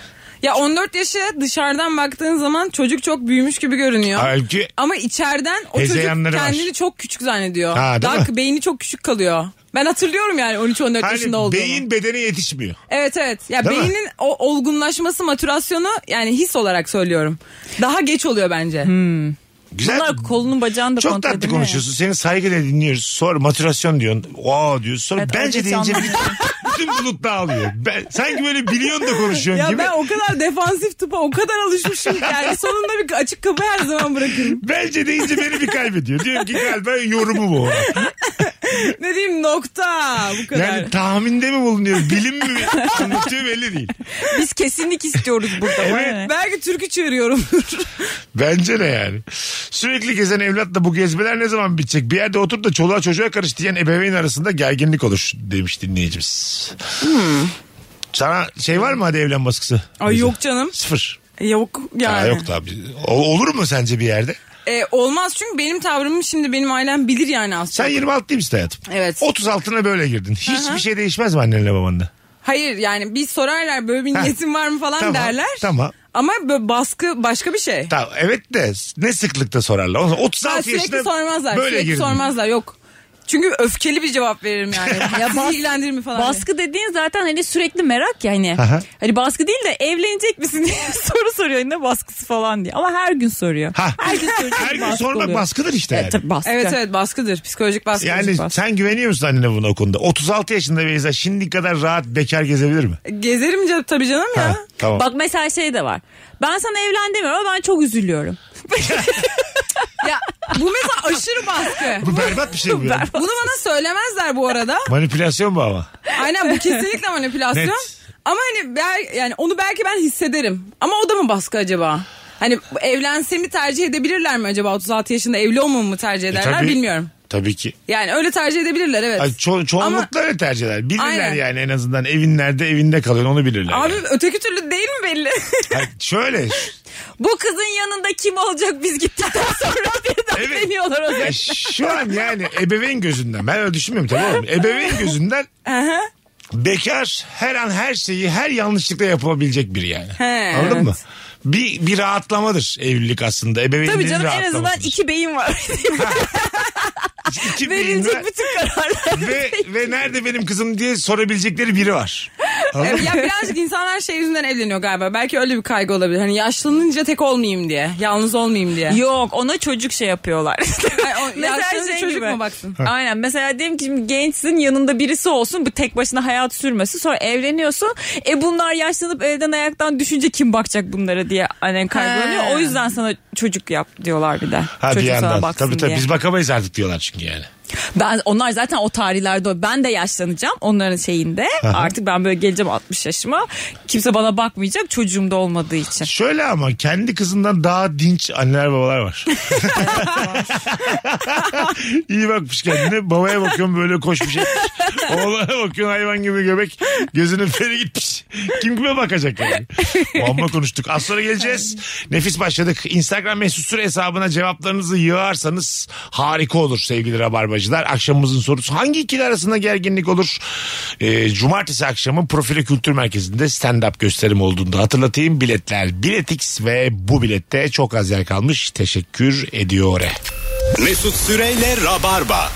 [SPEAKER 2] Ya 14 yaşı dışarıdan baktığın zaman çocuk çok büyümüş gibi görünüyor.
[SPEAKER 1] Halbuki
[SPEAKER 2] Ama içeriden o çocuk
[SPEAKER 1] Hezeyanları var.
[SPEAKER 2] kendini çok küçük zannediyor.
[SPEAKER 1] Ha, değil
[SPEAKER 2] Daha
[SPEAKER 1] mi?
[SPEAKER 2] beyni çok küçük kalıyor. Ben hatırlıyorum yani 13-14
[SPEAKER 1] hani
[SPEAKER 2] yaşında olduğumu.
[SPEAKER 1] beyin bedene yetişmiyor.
[SPEAKER 2] Evet evet. Ya
[SPEAKER 1] Değil mi?
[SPEAKER 2] beynin o olgunlaşması, matürasyonu yani his olarak söylüyorum. Daha geç oluyor bence.
[SPEAKER 1] Hmm. Güzel.
[SPEAKER 4] Bunlar kolunun bacağını da
[SPEAKER 1] Çok
[SPEAKER 4] kontrol
[SPEAKER 1] tatlı
[SPEAKER 4] edemiyor ya.
[SPEAKER 1] konuşuyorsun. Seni saygıyla dinliyoruz. Sonra matürasyon diyorsun. Wow diyorsun. Sonra
[SPEAKER 4] Evet,
[SPEAKER 1] bence
[SPEAKER 4] önce
[SPEAKER 1] deyince
[SPEAKER 4] canlı.
[SPEAKER 1] bütün- bütün bulut dağılıyor. Ben, sanki böyle biliyorsun da konuşuyorsun
[SPEAKER 2] Ya
[SPEAKER 1] gibi.
[SPEAKER 2] ben o kadar defansif tıpa o kadar alışmışım ki yani sonunda bir açık kapı her zaman bırakırım.
[SPEAKER 1] Bence deyince beni bir kaybediyor. Diyorum ki galiba yorumu bu.
[SPEAKER 2] Ne diyeyim nokta bu kadar.
[SPEAKER 1] Yani tahminde mi bulunuyor? Bilim mi anlatıyor belli değil.
[SPEAKER 4] Biz kesinlik istiyoruz burada.
[SPEAKER 1] Evet.
[SPEAKER 2] Belki türkü çığırıyorum.
[SPEAKER 1] Bence de yani. Sürekli gezen evlatla bu gezmeler ne zaman bitecek? Bir yerde oturup da çoluğa çocuğa karış diyen ebeveyn arasında gerginlik olur demiş dinleyicimiz. Sana şey var mı hadi evlen baskısı?
[SPEAKER 2] Hmm. Ay yok canım.
[SPEAKER 1] Sıfır.
[SPEAKER 2] Yok yani.
[SPEAKER 1] Aa, yok tabii. O- olur mu sence bir yerde?
[SPEAKER 2] E, olmaz çünkü benim tavrımı şimdi benim ailem bilir yani
[SPEAKER 1] Sen
[SPEAKER 2] aslında.
[SPEAKER 1] 26 değil misin hayatım?
[SPEAKER 2] Evet.
[SPEAKER 1] 36'ına böyle girdin. Hiçbir şey değişmez mi annenle babanla?
[SPEAKER 2] Hayır yani bir sorarlar böyle bir
[SPEAKER 1] Heh.
[SPEAKER 2] niyetin var mı falan
[SPEAKER 1] Tamam,
[SPEAKER 2] derler.
[SPEAKER 1] tamam.
[SPEAKER 2] Ama böyle baskı başka bir şey.
[SPEAKER 1] Tamam evet de ne sıklıkta sorarlar? O zaman 36
[SPEAKER 2] Ha,
[SPEAKER 1] yaşında
[SPEAKER 2] sürekli sormazlar.
[SPEAKER 1] böyle
[SPEAKER 2] sürekli
[SPEAKER 1] girdin.
[SPEAKER 2] sormazlar yok. Çünkü öfkeli bir cevap veririm yani. ya Sizi ilgilendirir mi falan. diye.
[SPEAKER 4] Baskı dediğin zaten hani sürekli merak ya hani.
[SPEAKER 1] Aha.
[SPEAKER 4] Hani baskı değil de evlenecek misin diye soru soruyor. Ne baskısı falan diye. Ama her gün soruyor.
[SPEAKER 1] Ha.
[SPEAKER 4] Her gün soruyor.
[SPEAKER 1] Her gün
[SPEAKER 4] Baskı
[SPEAKER 1] sormak
[SPEAKER 4] oluyor.
[SPEAKER 1] baskıdır işte
[SPEAKER 4] E,
[SPEAKER 1] yani.
[SPEAKER 4] tabii baskı.
[SPEAKER 2] Evet evet baskıdır. Psikolojik baskı.
[SPEAKER 1] Yani
[SPEAKER 2] psikolojik baskı.
[SPEAKER 1] sen güveniyor musun annene buna o konuda? 36 yaşında Beyza şimdi kadar rahat bekar gezebilir mi?
[SPEAKER 2] Gezerim canım tabii canım ya.
[SPEAKER 1] Ha, tamam.
[SPEAKER 4] Bak mesela şey de var. Ben sana evlen demiyorum ama ben çok üzülüyorum.
[SPEAKER 2] ya bu mesela aşırı baskı.
[SPEAKER 1] Bu berbat bir şey bu. ya.
[SPEAKER 2] Bunu bana söylemezler bu arada.
[SPEAKER 1] Manipülasyon bu ama.
[SPEAKER 2] Aynen bu kesinlikle manipülasyon.
[SPEAKER 1] Net.
[SPEAKER 2] Ama hani bel- yani onu belki ben hissederim. Ama o da mı baskı acaba? Hani evlensemi tercih edebilirler mi acaba 36 yaşında evli olmamı mı tercih
[SPEAKER 1] E,
[SPEAKER 2] ederler bilmiyorum.
[SPEAKER 1] Tabii ki.
[SPEAKER 2] Yani öyle tercih edebilirler evet.
[SPEAKER 1] Ay, ço- çoğunlukla öyle tercih eder. Bilirler
[SPEAKER 2] Aynen.
[SPEAKER 1] yani en azından evin nerede evinde kalıyorsun onu bilirler.
[SPEAKER 2] Abi
[SPEAKER 1] yani.
[SPEAKER 2] öteki türlü değil mi belli?
[SPEAKER 1] Ay, şöyle
[SPEAKER 4] Bu kızın yanında kim olacak biz gittikten sonra birden
[SPEAKER 1] Evet.
[SPEAKER 4] deniyorlar o zaman.
[SPEAKER 1] E, şu an yani ebeveyn gözünden ben öyle düşünmüyorum tabii oğlum. Ebeveyn gözünden bekar her an her şeyi her yanlışlıkla yapılabilecek biri yani.
[SPEAKER 2] He,
[SPEAKER 1] Anladın
[SPEAKER 2] evet.
[SPEAKER 1] mı? Bir, bir rahatlamadır evlilik aslında. Ebeveynin
[SPEAKER 4] Tabii
[SPEAKER 1] bir
[SPEAKER 4] canım en
[SPEAKER 1] rahatlamasıdır.
[SPEAKER 4] azından iki beyin var.
[SPEAKER 1] İki beyin
[SPEAKER 4] Verilecek
[SPEAKER 1] var
[SPEAKER 4] bütün kararlar.
[SPEAKER 1] ve, ve nerede benim kızım diye sorabilecekleri biri var.
[SPEAKER 2] Evet, ya birazcık insanlar şey yüzünden evleniyor galiba. Belki öyle bir kaygı olabilir. Hani yaşlanınca tek olmayayım diye. Yalnız olmayayım diye.
[SPEAKER 4] Yok ona çocuk şey yapıyorlar.
[SPEAKER 2] Ay, o- yaşlanınca
[SPEAKER 4] şey
[SPEAKER 2] çocuk mu baksın?
[SPEAKER 4] Aynen mesela diyelim ki şimdi gençsin yanında birisi olsun bu tek başına hayat sürmesin sonra evleniyorsun. E bunlar yaşlanıp evden ayaktan düşünce kim bakacak bunlara diye annen kaygılanıyor.
[SPEAKER 2] He.
[SPEAKER 4] O yüzden sana çocuk yap diyorlar bir de.
[SPEAKER 1] Ha bir
[SPEAKER 4] çocuk sana
[SPEAKER 1] yandan.
[SPEAKER 4] baksın
[SPEAKER 1] Tabii tabii
[SPEAKER 4] diye.
[SPEAKER 1] biz bakamayız artık diyorlar çünkü yani.
[SPEAKER 4] Ben onlar zaten o tarihlerde o- ben de yaşlanacağım onların şeyinde. Artık ben böyle geleceğim 60 yaşıma. Kimse bana bakmayacak çocuğum da olmadığı için.
[SPEAKER 1] Şöyle ama kendi kızından daha dinç anneler babalar var. İyi bakmış kendine. Babaya bakıyorum böyle koşmuş etmiş. Oğlana bakıyorum hayvan gibi göbek. Gözünün feri gitmiş. Kim kime bakacak yani? Bomba konuştuk. Az sonra geleceğiz. Nefis başladık. Instagram mesut süre hesabına cevaplarınızı yığarsanız harika olur sevgili rabarbacılar. Akşamımızın sorusu hangi ikili arasında gerginlik olur? Ee, cumartesi akşamı Profile Kültür Merkezi'nde stand-up gösterim olduğunda hatırlatayım. Biletler Biletix ve bu bilette çok az yer kalmış. Teşekkür ediyor.
[SPEAKER 7] Mesut Süreyle Rabarba.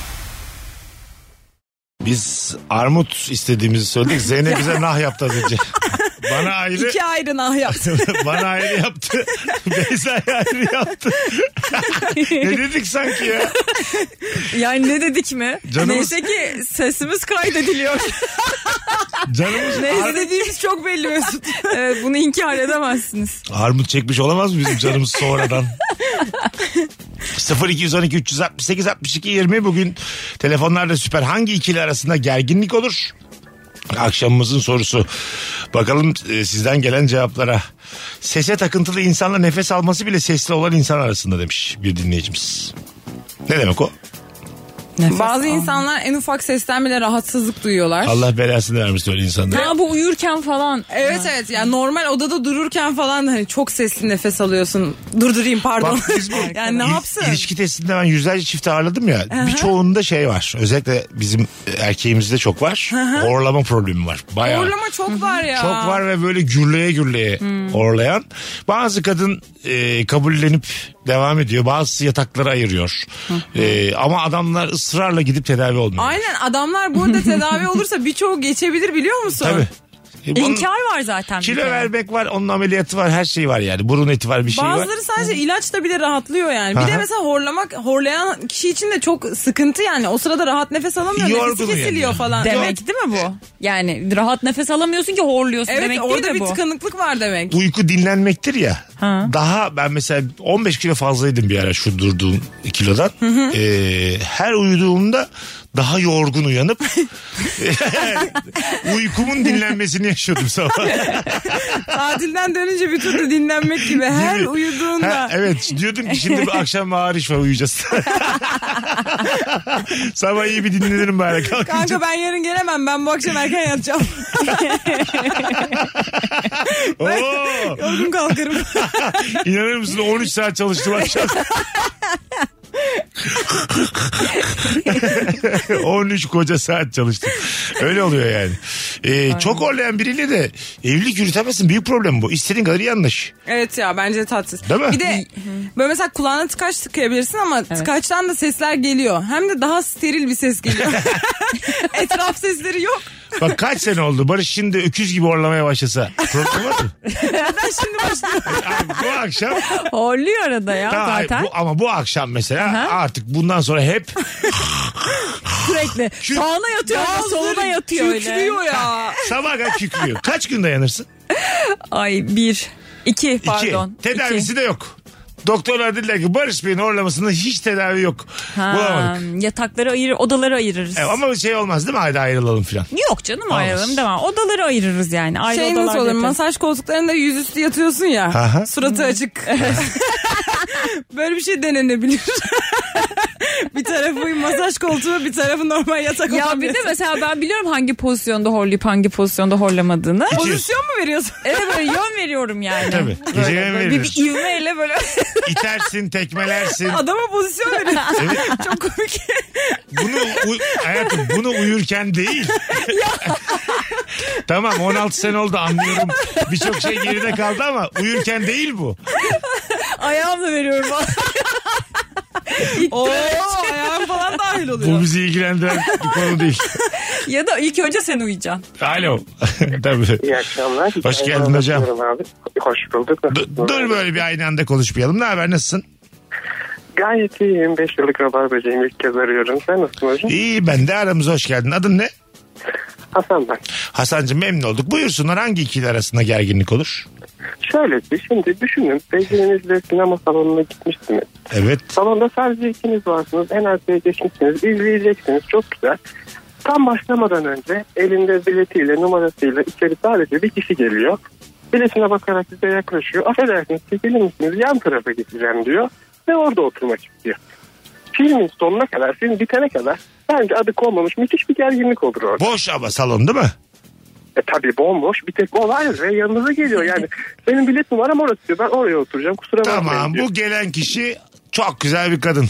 [SPEAKER 1] Biz armut istediğimizi söyledik. Zeynep bize nah yaptı az önce. Bana ayrı,
[SPEAKER 2] İki ayrı nah yaptı.
[SPEAKER 1] bana ayrı yaptı. Beyza'ya ayrı yaptı. ne dedik sanki ya?
[SPEAKER 4] Yani ne dedik mi?
[SPEAKER 1] Canımız-
[SPEAKER 4] Neyse ki sesimiz kaydediliyor.
[SPEAKER 1] Canımız
[SPEAKER 4] Neyse dediğimiz çok belli Mesut. Evet, bunu inkar edemezsiniz.
[SPEAKER 1] Armut çekmiş olamaz mı bizim canımız sonradan? 0212 368 62 20 bugün telefonlarda süper hangi ikili arasında gerginlik olur? Akşamımızın sorusu. Bakalım e, sizden gelen cevaplara. Sese takıntılı insanla nefes alması bile sesli olan insan arasında demiş bir dinleyicimiz. Ne demek o?
[SPEAKER 2] Bazı insanlar en ufak sesten bile rahatsızlık duyuyorlar.
[SPEAKER 1] Allah belasını vermesin öyle insanlara.
[SPEAKER 4] Ha bu uyurken falan.
[SPEAKER 2] Evet evet ya normal odada dururken falan hani çok sesli nefes alıyorsun. Durdurayım pardon.
[SPEAKER 1] Bak biz bu
[SPEAKER 2] yani ne
[SPEAKER 1] il-
[SPEAKER 2] yapsın?
[SPEAKER 1] ilişki testinde ben yüzlerce çift ağırladım ya. Birçoğunda şey var. Özellikle bizim e, erkeğimizde çok var. Horlama problemi var. Bayağı.
[SPEAKER 2] Uğurlama çok var ya.
[SPEAKER 1] Çok var ve böyle gürleye gürleye horlayan. Bazı kadın e, kabullenip devam ediyor. Bazısı yatakları ayırıyor. E, ama adamlar ısrarla gidip tedavi olmuyor.
[SPEAKER 2] Aynen adamlar burada tedavi olursa birçoğu geçebilir biliyor musun?
[SPEAKER 1] Tabii. E, bunun
[SPEAKER 4] İnkar var zaten. bir
[SPEAKER 1] Kilo
[SPEAKER 4] kere.
[SPEAKER 1] vermek var, onun ameliyatı var, her şey var yani. Burun eti var, bir şey var.
[SPEAKER 2] Bazıları sadece ilaçla bile rahatlıyor yani. Bir
[SPEAKER 1] Aha.
[SPEAKER 2] de mesela horlamak horlayan kişi için de çok sıkıntı yani. O sırada rahat nefes alamıyor.
[SPEAKER 1] Yorgun
[SPEAKER 2] Nefesi
[SPEAKER 1] uyanıyor.
[SPEAKER 2] kesiliyor falan.
[SPEAKER 4] Demek değil mi bu? Yani rahat nefes alamıyorsun ki horluyorsun
[SPEAKER 2] Evet
[SPEAKER 4] demek değil
[SPEAKER 2] orada
[SPEAKER 4] mi
[SPEAKER 2] bir
[SPEAKER 4] bu?
[SPEAKER 2] tıkanıklık var demek.
[SPEAKER 1] uyku dinlenmektir ya.
[SPEAKER 4] Ha.
[SPEAKER 1] Daha ben mesela 15 kilo fazlaydım bir ara şu durduğum kilodan. Ee, her uyuduğumda daha yorgun uyanıp uykumun dinlenmesini yaşıyordum sabah.
[SPEAKER 2] Tatilden dönünce bir türlü dinlenmek gibi. Her
[SPEAKER 1] Gibi.
[SPEAKER 2] uyuduğunda.
[SPEAKER 1] Ha, evet diyordum ki şimdi bu akşam ağrış var uyuyacağız. sabah iyi bir dinlenirim bari kalkınca.
[SPEAKER 2] Kanka ben yarın gelemem. Ben bu akşam erken yatacağım.
[SPEAKER 1] Oo,
[SPEAKER 2] Yorgun kalkarım.
[SPEAKER 1] inanır mısın 13 saat çalıştım akşam. 13 koca saat çalıştım. Öyle oluyor yani. Ee, çok horlayan biriyle de evlilik yürütemezsin. Büyük problem bu. İstediğin kadar iyi anlaş.
[SPEAKER 2] Evet ya bence tatsız.
[SPEAKER 1] Değil mi?
[SPEAKER 2] Bir de böyle mesela kulağına tıkaç tıkayabilirsin ama tıkaçtan da sesler geliyor. Hem de daha steril bir ses geliyor. Etraf sesleri yok.
[SPEAKER 1] Bak kaç sene oldu. Barış şimdi öküz gibi horlamaya başlasa. Problem var mı?
[SPEAKER 2] Ben şimdi başlıyorum.
[SPEAKER 1] Abi bu akşam
[SPEAKER 4] Horluyor arada ya
[SPEAKER 1] Tamam, hayır,
[SPEAKER 4] zaten.
[SPEAKER 1] bu- ama bu akşam mesela artık bundan sonra hep
[SPEAKER 4] Sürekli sağına yatıyor ama soluna yatıyor öyle.
[SPEAKER 2] Kükrüyor ya.
[SPEAKER 1] sabah kadar kükrüyor. Kaç gün dayanırsın?
[SPEAKER 4] Ay bir. iki pardon.
[SPEAKER 1] İki. Tedavisi de yok. Doktorlar dediler ki Barış Bey'in horlamasında hiç tedavi yok.
[SPEAKER 4] Ha,
[SPEAKER 1] Bulamadık.
[SPEAKER 4] Yatakları ayırır, odaları ayırırız.
[SPEAKER 1] E, ama şey olmaz değil mi? Haydi ayrılalım filan.
[SPEAKER 4] Yok canım ayrılalım devam. Odaları ayırırız yani. Ayrı
[SPEAKER 2] Şey
[SPEAKER 4] odalar
[SPEAKER 2] nasıl olur
[SPEAKER 4] yaparız.
[SPEAKER 2] masaj koltuklarında yüzüstü yatıyorsun ya.
[SPEAKER 1] Aha.
[SPEAKER 2] Suratı açık. Böyle bir şey denenebilir. bir tarafı masaj koltuğu bir tarafı normal yatak
[SPEAKER 4] Ya bir de mesela ben biliyorum hangi pozisyonda horlayıp hangi pozisyonda horlamadığını.
[SPEAKER 2] Pozisyon mu veriyorsun?
[SPEAKER 4] Evet böyle yön veriyorum yani.
[SPEAKER 1] Tabii. Gece yön
[SPEAKER 4] böyle bir,
[SPEAKER 1] veririz.
[SPEAKER 4] bir ivmeyle böyle
[SPEAKER 1] İtersin, tekmelersin.
[SPEAKER 2] Adama pozisyon veriyorsun. Çok komik.
[SPEAKER 1] Bunu u- hayatım bunu uyurken değil. tamam 16 sene oldu anlıyorum. Birçok şey geride kaldı ama uyurken değil bu.
[SPEAKER 4] ayağımla veriyorum.
[SPEAKER 2] Oo ayağım falan dahil oluyor.
[SPEAKER 1] Bu bizi ilgilendiren bir konu değil.
[SPEAKER 4] ya da ilk önce sen uyuyacaksın.
[SPEAKER 1] Alo. Tabii.
[SPEAKER 8] İyi akşamlar.
[SPEAKER 1] Hoş geldin hocam.
[SPEAKER 8] Abi. Hoş bulduk.
[SPEAKER 1] Dur, dur böyle bir aynı anda konuşmayalım. Ne haber nasılsın?
[SPEAKER 8] Gayet iyiyim. 5 yıllık rabarbacıyım. İlk kez arıyorum. Sen nasılsın hocam?
[SPEAKER 1] İyi ben de aramıza hoş geldin. Adın ne?
[SPEAKER 8] Hasan ben.
[SPEAKER 1] Hasan'cığım memnun olduk. Buyursunlar hangi ikili arasında gerginlik olur?
[SPEAKER 8] Şöyle bir şimdi düşünün. Sevgilinizle sinema salonuna gitmişsiniz.
[SPEAKER 1] Evet.
[SPEAKER 8] Salonda sadece ikiniz varsınız. En arkaya geçmişsiniz. izleyeceksiniz. Çok güzel. Tam başlamadan önce elinde biletiyle numarasıyla içeri sadece bir kişi geliyor. Biletine bakarak size yaklaşıyor. Affedersiniz çekilir misiniz? Yan tarafa gideceğim diyor. Ve orada oturmak istiyor. Filmin sonuna kadar, film bitene kadar bence adı konmamış müthiş bir gerginlik olur orada.
[SPEAKER 1] Boş ama salon değil mi?
[SPEAKER 8] E tabii bomboş bir tek o var ve yanınıza geliyor yani. Benim bilet numaram orası diyor ben oraya oturacağım kusura bakmayın
[SPEAKER 1] Tamam
[SPEAKER 8] diyor.
[SPEAKER 1] bu gelen kişi çok güzel bir kadın.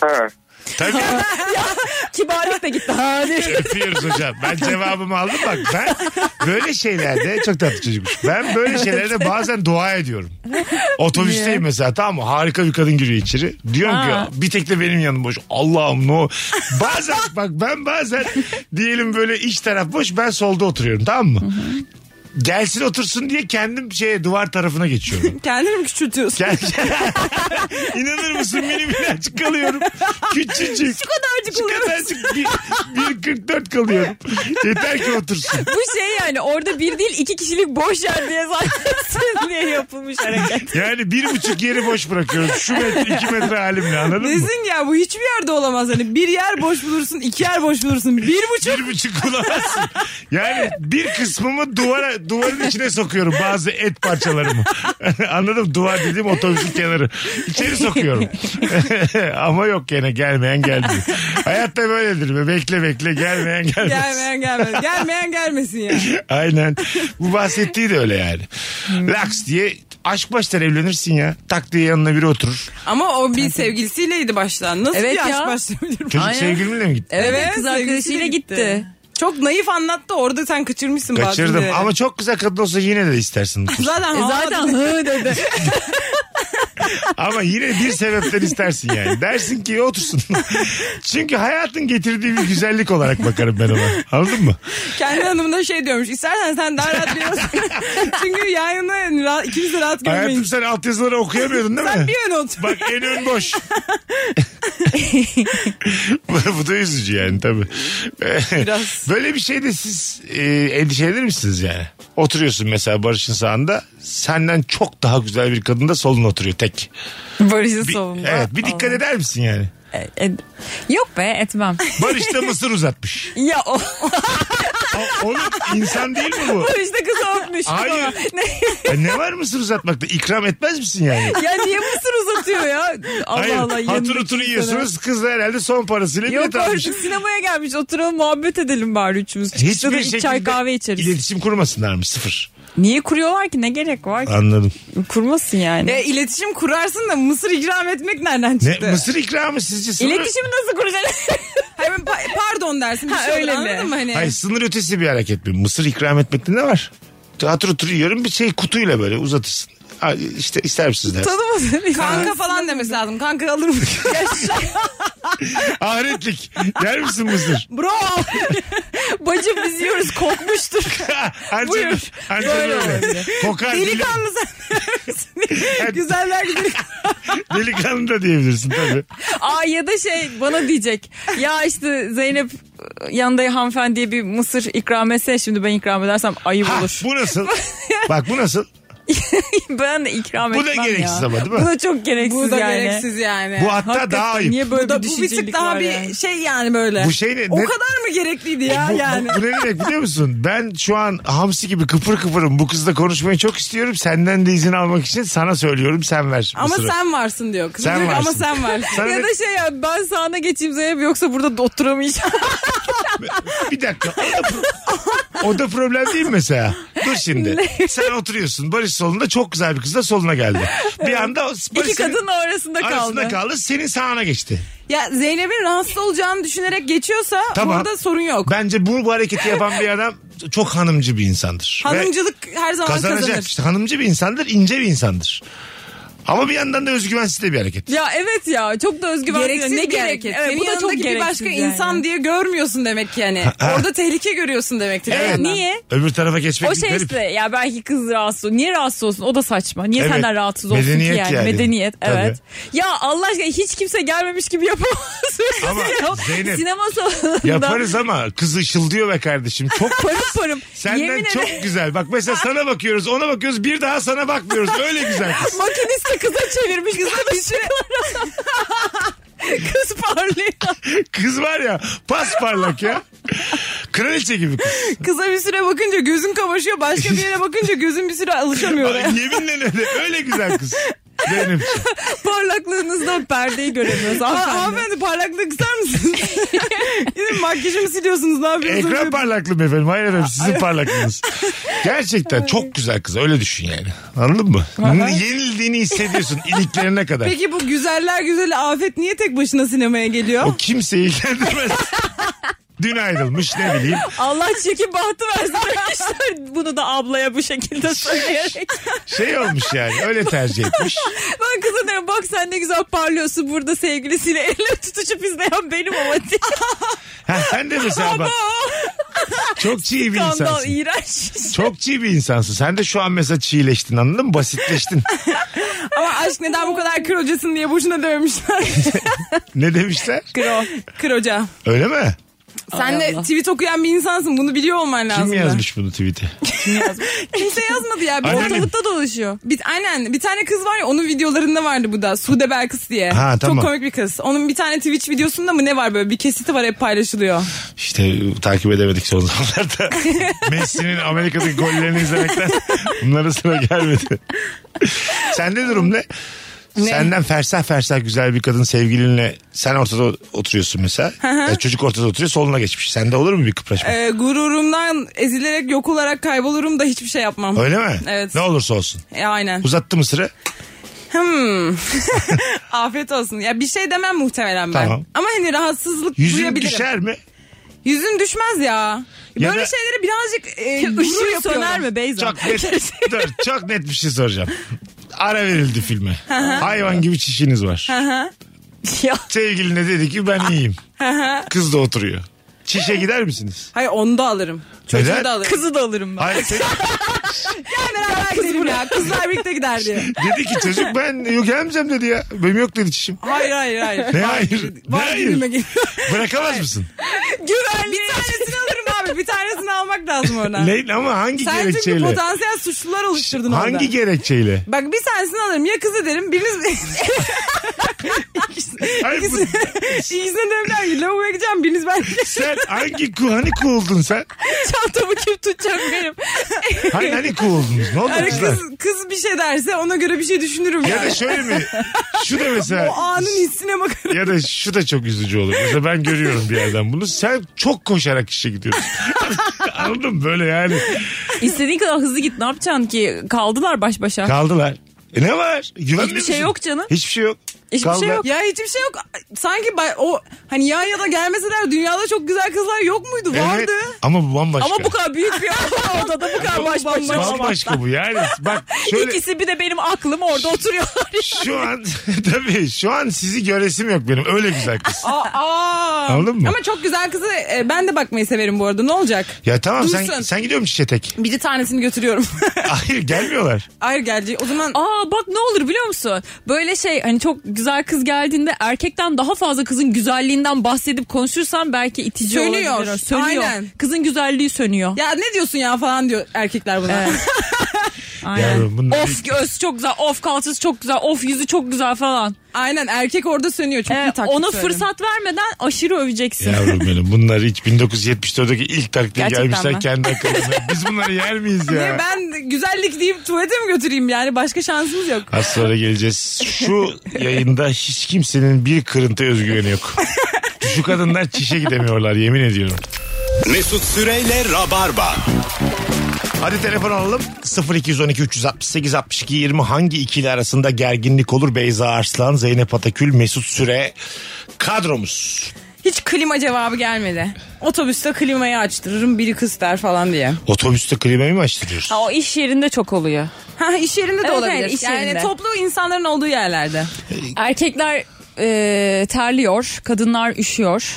[SPEAKER 8] Ha.
[SPEAKER 1] Tabii.
[SPEAKER 4] Kibarlık da gitti. Hadi.
[SPEAKER 1] Öpüyoruz hocam. Ben cevabımı aldım bak. Ben böyle şeylerde çok tatlı çocukmuş. Ben böyle şeylerde bazen dua ediyorum. Otobüsteyim mesela tamam mı? Harika bir kadın giriyor içeri. Diyorum
[SPEAKER 4] Ha.
[SPEAKER 1] ki bir tek de benim yanım boş. Allah'ım no. Bazen bak ben bazen diyelim böyle iç taraf boş ben solda oturuyorum tamam mı? Gelsin otursun diye kendim şeye duvar tarafına geçiyorum.
[SPEAKER 2] Kendini mi küçültüyorsun?
[SPEAKER 1] Gel. İnanır mısın benim birazcık kalıyorum. Küçücük. Şu
[SPEAKER 4] kadarcık oluyorsun.
[SPEAKER 1] kadarcık bir, bir 44 kalıyorum. Yeter ki otursun.
[SPEAKER 4] Bu şey yani orada bir değil iki kişilik boş yer diye zaten diye yapılmış hareket.
[SPEAKER 1] Yani bir buçuk yeri boş bırakıyorum. Şu metre iki metre halimle anladın mı?
[SPEAKER 2] Nesin ya bu hiçbir yerde olamaz. Hani bir yer boş bulursun, iki yer boş bulursun. Bir buçuk.
[SPEAKER 1] Bir buçuk bulamazsın. Yani bir kısmımı duvara, duvarın içine sokuyorum bazı et parçalarımı. Anladın mı? Duvar dediğim otobüsün kenarı. İçeri sokuyorum. Ama yok gene gelmeyen geldi. Hayatta böyledir be. Bekle bekle gelmeyen gelmez.
[SPEAKER 2] Gelmeyen gelmez. Gelmeyen gelmesin ya.
[SPEAKER 1] Aynen. Bu bahsettiği de öyle yani. Laks diye aşk başlar evlenirsin ya. Tak diye yanına biri oturur.
[SPEAKER 2] Ama o bir sevgilisiyleydi baştan. Nasıl
[SPEAKER 4] Evet
[SPEAKER 2] bir aşk
[SPEAKER 4] ya.
[SPEAKER 2] başlayabilir?
[SPEAKER 1] Çocuk
[SPEAKER 4] Aynen.
[SPEAKER 1] sevgilimle mi gitti?
[SPEAKER 4] Evet,
[SPEAKER 2] Evet,
[SPEAKER 4] kız arkadaşıyla
[SPEAKER 2] sevgilisiyle
[SPEAKER 4] gitti.
[SPEAKER 2] gitti. Çok naif anlattı orada sen kaçırmışsın bazı
[SPEAKER 1] Kaçırdım
[SPEAKER 2] şeyleri.
[SPEAKER 1] ama çok güzel kadın olsa yine de istersin.
[SPEAKER 2] Zaten,
[SPEAKER 4] E zaten
[SPEAKER 2] zaten
[SPEAKER 4] hı dedi.
[SPEAKER 1] ama yine bir sebepten istersin yani. Dersin ki otursun. Çünkü hayatın getirdiği bir güzellik olarak bakarım ben ona. Anladın mı?
[SPEAKER 2] kendi hanımına şey diyormuş. İstersen sen daha rahat biliyorsun. Çünkü yan yana yani rahat, ikimiz de rahat
[SPEAKER 1] Hayatım
[SPEAKER 2] görmeyin.
[SPEAKER 1] sen altyazıları okuyamıyordun değil mi?
[SPEAKER 2] Sen bir yön otur.
[SPEAKER 1] Bak en ön boş. bu, bu da üzücü yani tabii.
[SPEAKER 2] Biraz.
[SPEAKER 1] Böyle bir şeyde siz e, endişelenir misiniz yani? Oturuyorsun mesela Barış'ın sağında senden çok daha güzel bir kadın da soluna oturuyor tek.
[SPEAKER 4] Barış'ı
[SPEAKER 1] Bir,
[SPEAKER 4] savunma.
[SPEAKER 1] evet bir dikkat eder misin yani?
[SPEAKER 4] Ed- Yok be etmem.
[SPEAKER 1] Barış da mısır uzatmış.
[SPEAKER 4] ya o
[SPEAKER 1] O- Oğlum insan değil mi bu?
[SPEAKER 4] işte kız öpmüş.
[SPEAKER 1] Hayır.
[SPEAKER 4] Ne?
[SPEAKER 1] Ya ne var mısır uzatmakta? İkram etmez misin yani?
[SPEAKER 4] Ya niye mısır uzatıyor ya? Allah
[SPEAKER 1] Hayır.
[SPEAKER 4] Allah.
[SPEAKER 1] hatır
[SPEAKER 4] yanındaki
[SPEAKER 1] hatır
[SPEAKER 4] insana.
[SPEAKER 1] yiyorsunuz. Kız da herhalde son parasıyla bilet
[SPEAKER 4] Yok
[SPEAKER 1] almış.
[SPEAKER 4] artık sinemaya gelmiş oturalım muhabbet edelim bari üçümüz. Çıkışta da
[SPEAKER 1] Hiçbir
[SPEAKER 4] bir
[SPEAKER 1] şekilde
[SPEAKER 4] çay kahve içeriz.
[SPEAKER 1] iletişim kurmasınlar mı? Sıfır.
[SPEAKER 4] Niye kuruyorlar ki ne gerek var ki?
[SPEAKER 1] Anladım.
[SPEAKER 4] Kurmasın yani.
[SPEAKER 2] E, iletişim kurarsın da mısır ikram etmek nereden
[SPEAKER 1] Ne,
[SPEAKER 2] çıktı?
[SPEAKER 1] mısır ikramı sizce sınır...
[SPEAKER 4] İletişimi nasıl kuracaksın?
[SPEAKER 2] Hayır, ben pa- pardon dersin. Bir
[SPEAKER 4] Ha,
[SPEAKER 2] şey olur,
[SPEAKER 4] öyle mi?
[SPEAKER 2] anladın mı hani?
[SPEAKER 1] Hayır sınır ötesi bir hareket mi? Mısır ikram etmekte ne var? Hatır otur yiyorum bir şey kutuyla böyle uzatırsın. Ha, İşte ister misiniz der.
[SPEAKER 4] Tanımadın.
[SPEAKER 2] Kanka falan demesi lazım. Kanka alır mı?
[SPEAKER 1] Ahiretlik. Yer misin mısır?
[SPEAKER 2] Bro.
[SPEAKER 4] Bacım biz yiyoruz kokmuştur.
[SPEAKER 1] anca
[SPEAKER 4] Buyur.
[SPEAKER 1] anca
[SPEAKER 4] Böyle
[SPEAKER 1] böyle.
[SPEAKER 4] olabilir.
[SPEAKER 1] Kokar. Delikanlı.
[SPEAKER 2] Delikanlı sen. Güzeller gibi.
[SPEAKER 1] Delikanlı da diyebilirsin tabii.
[SPEAKER 4] Aa ya da şey bana diyecek. Ya işte Zeynep yanında hanımefendiye bir mısır ikram etse şimdi ben ikram edersem ayıp
[SPEAKER 1] Ha,
[SPEAKER 4] olur.
[SPEAKER 1] bu nasıl? Bak bu nasıl?
[SPEAKER 4] ben de ikram
[SPEAKER 1] Bu da
[SPEAKER 4] etmem
[SPEAKER 1] gereksiz
[SPEAKER 4] ya.
[SPEAKER 1] ama değil mi?
[SPEAKER 4] Bu da çok gereksiz
[SPEAKER 2] Bu da
[SPEAKER 4] yani.
[SPEAKER 2] gereksiz yani.
[SPEAKER 1] Bu hatta daha ayıp.
[SPEAKER 4] Niye böyle
[SPEAKER 2] Bu da
[SPEAKER 4] bir
[SPEAKER 2] bu bir
[SPEAKER 4] düşüncelik
[SPEAKER 2] tık daha
[SPEAKER 4] var
[SPEAKER 2] bir
[SPEAKER 4] yani?
[SPEAKER 2] şey yani böyle.
[SPEAKER 1] Bu şey ne?
[SPEAKER 2] O
[SPEAKER 1] ne-
[SPEAKER 2] kadar mı gerekliydi ya
[SPEAKER 1] bu, bu-
[SPEAKER 2] yani?
[SPEAKER 1] bu ne demek biliyor musun? Ben şu an hamsi gibi kıpır kıpırım. Bu kızla konuşmayı çok istiyorum. Senden de izin almak için sana söylüyorum. Sen ver
[SPEAKER 2] ama
[SPEAKER 1] mısırı.
[SPEAKER 2] sen varsın diyor. Kız
[SPEAKER 1] Sen
[SPEAKER 2] diyor ki, ama
[SPEAKER 1] varsın.
[SPEAKER 2] sen varsın.
[SPEAKER 1] Sana
[SPEAKER 4] Ya
[SPEAKER 1] ne-
[SPEAKER 4] da şey ya ben sağına geçeyim Zeynep yoksa burada oturamayacağım.
[SPEAKER 1] Bir dakika. O da, pro- o da problem değil mi mesela? Dur şimdi. Sen oturuyorsun. Barış solunda çok güzel bir kız da soluna geldi. Bir anda Barış
[SPEAKER 4] İki
[SPEAKER 1] senin
[SPEAKER 4] kadın arasında
[SPEAKER 1] arasında
[SPEAKER 4] kaldı.
[SPEAKER 1] kaldı. Senin sağına geçti.
[SPEAKER 2] ya Zeynep'in rahatsız olacağını düşünerek geçiyorsa
[SPEAKER 1] Tamam.
[SPEAKER 2] burada sorun yok.
[SPEAKER 1] Bence bu, bu hareketi yapan bir adam çok hanımcı bir insandır. Ve
[SPEAKER 2] Hanımcılık her zaman
[SPEAKER 1] kazanacak.
[SPEAKER 2] kazanır.
[SPEAKER 1] İşte hanımcı bir insandır, ince bir insandır. Ama bir yandan da özgüvensiz de bir hareket.
[SPEAKER 4] Ya evet ya çok da özgüven.
[SPEAKER 2] Gereksiz
[SPEAKER 4] ne
[SPEAKER 2] bir
[SPEAKER 4] gerek?
[SPEAKER 2] hareket.
[SPEAKER 4] Evet,
[SPEAKER 2] Senin
[SPEAKER 4] bu da çok
[SPEAKER 2] yanındaki bir
[SPEAKER 4] gereksiz
[SPEAKER 2] başka
[SPEAKER 4] yani.
[SPEAKER 2] insan diye görmüyorsun demek ki yani. Orada tehlike görüyorsun demektir.
[SPEAKER 1] Evet.
[SPEAKER 2] Yani.
[SPEAKER 4] Niye?
[SPEAKER 1] Öbür tarafa geçmek
[SPEAKER 4] O şey
[SPEAKER 1] garip.
[SPEAKER 4] işte ya belki kız rahatsız olsun. Niye rahatsız olsun? O da saçma. Niye
[SPEAKER 1] Evet.
[SPEAKER 4] senden rahatsız olsun
[SPEAKER 1] Medeniyet
[SPEAKER 4] ki yani?
[SPEAKER 1] yani.
[SPEAKER 4] Medeniyet.
[SPEAKER 1] Tabii.
[SPEAKER 4] Evet. Ya Allah aşkına hiç kimse gelmemiş gibi yapamazsınız.
[SPEAKER 1] Ama
[SPEAKER 4] ya.
[SPEAKER 1] Zeynep,
[SPEAKER 4] Sinema salonunda.
[SPEAKER 1] Yaparız ama kız ışıldıyor be kardeşim. Çok
[SPEAKER 4] Parım parım.
[SPEAKER 1] Senden
[SPEAKER 4] Yemin
[SPEAKER 1] çok
[SPEAKER 4] ederim.
[SPEAKER 1] güzel. Bak mesela sana bakıyoruz, ona bakıyoruz. Bir daha sana bakmıyoruz. Öyle güzel kız.
[SPEAKER 4] Makinist de kıza çevirmiş. Kıza bir şey. Kız parlıyor.
[SPEAKER 1] Kız var ya parlak ya. Kraliçe gibi kız.
[SPEAKER 2] Kıza bir süre bakınca gözün kamaşıyor. Başka bir yere bakınca gözün bir süre alışamıyor. oraya.
[SPEAKER 1] Yeminle öyle. Öyle güzel kız. Benim.
[SPEAKER 4] Parlaklığınızdan perdeyi göremiyoruz
[SPEAKER 2] Ha,
[SPEAKER 4] hanımefendi.
[SPEAKER 2] Hanımefendi parlaklığı kısar mısınız? Yine makyajımı siliyorsunuz ne yapıyorsunuz?
[SPEAKER 1] Ekran parlaklığı mı efendim? Hayır efendim sizin parlaklığınız. Gerçekten çok güzel kız. Öyle düşün yani. Anladın mı? Yenildiğini hissediyorsun iliklerine kadar.
[SPEAKER 2] Peki bu güzeller güzeli Afet niye tek başına sinemaya geliyor?
[SPEAKER 1] O kimseyi ilgilendirmez. Dün ayrılmış ne bileyim.
[SPEAKER 4] Allah çekim bahtı versin arkadaşlar. Bunu da ablaya bu şekilde söyleyerek.
[SPEAKER 1] Şey olmuş yani öyle tercih etmiş.
[SPEAKER 4] Ben kıza derim bak sen ne güzel parlıyorsun burada sevgilisiyle elle tutuşup izleyen benim ama diye.
[SPEAKER 1] Ha, sen de mesela bak. Çok çiğ bir
[SPEAKER 4] Skandal
[SPEAKER 1] insansın.
[SPEAKER 4] iğrenç.
[SPEAKER 1] Çok çiğ bir insansın. Sen de şu an mesela çiğleştin anladın mı? Basitleştin.
[SPEAKER 2] Ama aşk neden bu kadar kır hocasın diye boşuna dövmüşler.
[SPEAKER 1] Ne demişler?
[SPEAKER 2] Kro. Kır hoca.
[SPEAKER 1] Öyle mi?
[SPEAKER 2] Sen de tweet okuyan bir insansın bunu biliyor olman lazım.
[SPEAKER 1] Kim yazmış bunu tweet'e?
[SPEAKER 2] Kimse yazmadı ya. Bir
[SPEAKER 1] Annem-
[SPEAKER 2] ortalıkta dolaşıyor. Bir, aynen bir tane kız var ya onun videolarında vardı bu da. Sude Belkıs diye.
[SPEAKER 1] Ha, tamam.
[SPEAKER 2] Çok komik bir kız. Onun bir tane Twitch videosunda mı ne var böyle bir kesiti var hep paylaşılıyor.
[SPEAKER 1] İşte ıı, takip edemedik son zamanlarda. Messi'nin Amerika'daki gollerini izlemekten bunlara sıra gelmedi. Sende durum ne? Senden fersah fersah güzel bir kadın sevgilinle sen ortada oturuyorsun mesela. Ya çocuk ortada oturuyor soluna geçmiş. Sende olur mu bir kıpraşma?
[SPEAKER 2] Ee, gururumdan ezilerek yok olarak kaybolurum da hiçbir şey yapmam.
[SPEAKER 1] Öyle mi?
[SPEAKER 2] Evet.
[SPEAKER 1] Ne olursa olsun.
[SPEAKER 2] E, aynen.
[SPEAKER 1] Uzattı mı sıra?
[SPEAKER 2] Hmm. Afiyet olsun. Ya bir şey demem muhtemelen ben.
[SPEAKER 1] Tamam.
[SPEAKER 2] Ama hani rahatsızlık
[SPEAKER 1] Yüzün
[SPEAKER 2] duyabilirim.
[SPEAKER 1] düşer mi?
[SPEAKER 2] Yüzüm düşmez ya.
[SPEAKER 1] Ya
[SPEAKER 2] Böyle
[SPEAKER 1] da-
[SPEAKER 2] şeyleri birazcık e, gurur
[SPEAKER 4] Işığı
[SPEAKER 2] yapıyorum.
[SPEAKER 4] söner mi Beyza?
[SPEAKER 1] Çok net, dur, çok net bir şey soracağım. Ara verildi filme. Hayvan gibi çişiniz var.
[SPEAKER 4] Ya.
[SPEAKER 1] Sevgiline dedi ki ben iyiyim. Kız da oturuyor. Çişe gider misiniz?
[SPEAKER 2] Hayır onu da alırım. Çocuğu
[SPEAKER 1] Neden?
[SPEAKER 2] da alırım.
[SPEAKER 4] Kızı da alırım ben.
[SPEAKER 1] Hayır, sen-
[SPEAKER 2] Kızlar beraber gidelim ya. Kızlar birlikte gider diye.
[SPEAKER 1] dedi ki çocuk ben yok gelmeyeceğim dedi ya. Benim yok dedi çişim.
[SPEAKER 2] Hayır hayır hayır.
[SPEAKER 1] Ne hayır? Ne
[SPEAKER 2] Var gibime
[SPEAKER 1] hayır?
[SPEAKER 2] geliyor.
[SPEAKER 1] Bırakamaz mısın?
[SPEAKER 2] Güvenli. Bir tanesini alırım abi. Bir tanesini almak lazım oradan.
[SPEAKER 1] Leyla ama hangi
[SPEAKER 2] Sen çünkü
[SPEAKER 1] gerekçeyle?
[SPEAKER 2] potansiyel suçlular oluşturdun orada.
[SPEAKER 1] Hangi gerekçeyle?
[SPEAKER 2] Bak bir tanesini alırım. Ya kızı derim. Biriniz...
[SPEAKER 1] Hayır, bu,
[SPEAKER 2] İkisine demler ki lavaboya gideceğim. Biriniz ben
[SPEAKER 1] sen hangi ku hani kuğuldun sen?
[SPEAKER 4] Çantamı kim tutacak benim?
[SPEAKER 1] Hani, hani kuğuldunuz? Ne oldu
[SPEAKER 2] Yani
[SPEAKER 1] kızlar?
[SPEAKER 2] kız, kız bir şey derse ona göre bir şey düşünürüm.
[SPEAKER 1] Ya da
[SPEAKER 2] Yani.
[SPEAKER 1] şöyle mi? Şu da mesela.
[SPEAKER 2] O anın hissine bakarım.
[SPEAKER 1] Ya da şu da çok üzücü olur. Mesela ben görüyorum bir yerden bunu. Sen çok koşarak işe gidiyorsun. Anladın mı? Böyle yani.
[SPEAKER 4] İstediğin kadar hızlı git ne yapacaksın ki? Kaldılar baş başa.
[SPEAKER 1] Kaldılar. E ne var? Güvenmiyor
[SPEAKER 4] Hiçbir şey
[SPEAKER 1] musun?
[SPEAKER 4] yok canım.
[SPEAKER 1] Hiçbir şey yok.
[SPEAKER 4] Hiçbir şey yok.
[SPEAKER 2] Ya hiçbir şey yok. Sanki ba- o hani yan yana gelmeseler dünyada çok güzel kızlar yok muydu?
[SPEAKER 1] Evet.
[SPEAKER 2] Vardı.
[SPEAKER 1] Ama bu bambaşka.
[SPEAKER 4] Ama bu kadar büyük bir odada bu kadar baş başa olmaktan.
[SPEAKER 1] Bambaşka bu yani. Bak şöyle
[SPEAKER 4] İkisi bir de benim aklım orada oturuyorlar.
[SPEAKER 1] şu an tabii şu an sizi göresim yok benim. Öyle güzel kız.
[SPEAKER 2] Aa, aa.
[SPEAKER 1] Anladın mı?
[SPEAKER 2] Ama çok güzel kızı e, ben de bakmayı severim bu arada. Ne olacak?
[SPEAKER 1] Ya tamam sen
[SPEAKER 2] Dursun.
[SPEAKER 1] sen gidiyor musun işe tek?
[SPEAKER 2] Bir tanesini götürüyorum.
[SPEAKER 1] Hayır gelmiyorlar.
[SPEAKER 2] Hayır gelecek. O zaman
[SPEAKER 4] Aa bak ne olur biliyor musun? Böyle şey hani çok güzel kız geldiğinde erkekten daha fazla kızın güzelliğinden bahsedip konuşursan belki itici
[SPEAKER 2] Sönüyor.
[SPEAKER 4] olabilir. o. Sönüyor.
[SPEAKER 2] Aynen.
[SPEAKER 4] Kızın güzelliği sönüyor.
[SPEAKER 2] ya ne diyorsun ya falan diyor erkekler buna.
[SPEAKER 1] Yavrum bunlar
[SPEAKER 4] Of göz çok güzel, of kalçası çok güzel, of yüzü çok güzel falan.
[SPEAKER 2] Aynen erkek orada sönüyor. Çok iyi
[SPEAKER 4] Ee,
[SPEAKER 2] taktik
[SPEAKER 4] ona
[SPEAKER 2] söyledim.
[SPEAKER 4] fırsat vermeden aşırı öveceksin.
[SPEAKER 1] Yavrum benim bunlar hiç 1974'deki ilk taktiğe
[SPEAKER 4] Gerçekten
[SPEAKER 1] gelmişler
[SPEAKER 4] mi?
[SPEAKER 1] kendi akıllarına. Biz bunları yer miyiz ya?
[SPEAKER 2] Niye ben güzellik deyip tuvalete mi götüreyim yani başka şansımız yok.
[SPEAKER 1] Az sonra geleceğiz. Şu yayında hiç kimsenin bir kırıntı özgüveni yok. Şu kadınlar çişe gidemiyorlar yemin ediyorum.
[SPEAKER 7] Mesut Süreyle Rabarba.
[SPEAKER 1] Hadi telefon alalım. 0212 368 62 20 hangi ikili arasında gerginlik olur? Beyza Arslan, Zeynep Atakül, Mesut Süre kadromuz.
[SPEAKER 2] Hiç klima cevabı gelmedi. Otobüste klimayı açtırırım biri kız der falan diye.
[SPEAKER 1] Otobüste klimayı mı açtırıyorsun?
[SPEAKER 4] Ha, o iş yerinde çok oluyor.
[SPEAKER 2] Ha iş yerinde de
[SPEAKER 4] Evet,
[SPEAKER 2] olabilir.
[SPEAKER 4] evet, iş
[SPEAKER 2] yani
[SPEAKER 4] yerinde.
[SPEAKER 2] toplu insanların olduğu yerlerde.
[SPEAKER 4] Erkekler e, terliyor, kadınlar üşüyor.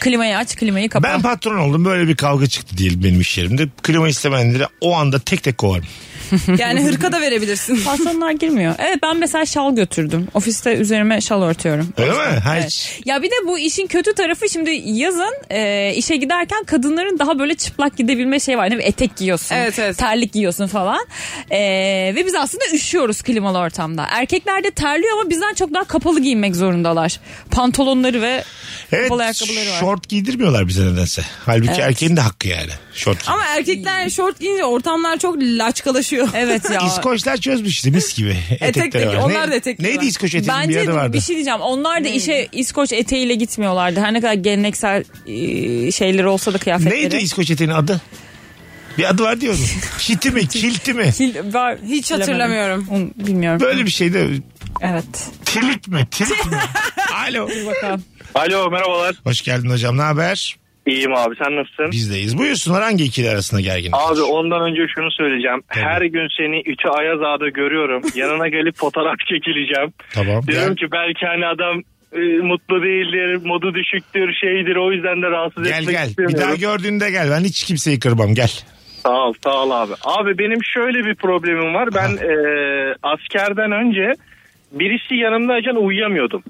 [SPEAKER 4] Klimayı aç, klimayı kapat.
[SPEAKER 1] Ben patron oldum böyle bir kavga çıktı değil benim iş yerimde. Klima istemeyenleri o anda tek tek kovarım.
[SPEAKER 2] Yani hırka da verebilirsin.
[SPEAKER 4] Patronlar girmiyor. Evet ben mesela şal götürdüm. Ofiste üzerime şal örtüyorum.
[SPEAKER 1] Öyle mi? Ha, hiç-
[SPEAKER 4] Ya bir de bu işin kötü tarafı şimdi yazın e, işe giderken kadınların daha böyle çıplak gidebilme şey var. Ne bir etek giyiyorsun,
[SPEAKER 2] Evet, evet.
[SPEAKER 4] terlik giyiyorsun falan. E, ve biz aslında üşüyoruz klimalı ortamda. Erkekler de terliyor ama bizden çok daha kapalı giyinmek zorundalar. Pantolonları ve
[SPEAKER 1] Evet
[SPEAKER 4] kapalı ayakkabıları var.
[SPEAKER 1] şort giydirmiyorlar bize nedense. Halbuki erkeğin de hakkı yani. Şort
[SPEAKER 2] Ama erkekler şort giyince ortamlar çok laçkalaşıyor.
[SPEAKER 4] Evet ya.
[SPEAKER 1] İskoçlar çözmüştü mis gibi. Etekleri var.
[SPEAKER 2] onlar
[SPEAKER 1] Ne-
[SPEAKER 2] da etekli
[SPEAKER 1] Neydi
[SPEAKER 2] var.
[SPEAKER 1] İskoç eteğinin bir
[SPEAKER 4] Bence
[SPEAKER 1] yerde vardı.
[SPEAKER 4] bir şey diyeceğim. Onlar da işe İskoç eteğiyle gitmiyorlardı. Her ne kadar geleneksel e, şeyleri olsa da kıyafetleri.
[SPEAKER 1] Neydi İskoç eteğinin adı? Bir adı var diyordun. Kiti mi? Kilti mi?
[SPEAKER 4] Kil- var-
[SPEAKER 2] Hiç
[SPEAKER 4] bilemedim.
[SPEAKER 2] hatırlamıyorum.
[SPEAKER 4] Onu Bilmiyorum.
[SPEAKER 1] Böyle bir şey de
[SPEAKER 4] Evet.
[SPEAKER 1] tilik mi? Tilik mi? Alo.
[SPEAKER 4] Bakalım.
[SPEAKER 9] Alo merhabalar.
[SPEAKER 1] Hoş geldin hocam ne haber?
[SPEAKER 9] İyiyim abi sen nasılsın?
[SPEAKER 1] Bizdeyiz. Buyursunlar hangi ikili arasında gerginlik?
[SPEAKER 9] Abi ondan önce şunu söyleyeceğim. Her gün seni Ütü Ayazağa'da görüyorum. Yanına gelip fotoğraf çekileceğim.
[SPEAKER 1] Tamam.
[SPEAKER 9] Diyorum
[SPEAKER 1] Gel,
[SPEAKER 9] ki belki hani adam e, mutlu değildir, modu düşüktür, şeydir. O yüzden de rahatsız
[SPEAKER 1] gel
[SPEAKER 9] etmek
[SPEAKER 1] gel. Bir
[SPEAKER 9] istemiyorum.
[SPEAKER 1] daha gördüğünde gel. Ben hiç kimseyi kırmam gel.
[SPEAKER 9] Sağ ol, sağ ol abi. Abi benim şöyle bir problemim var. Ben e, askerden önce birisi yanımdayken uyuyamıyordum.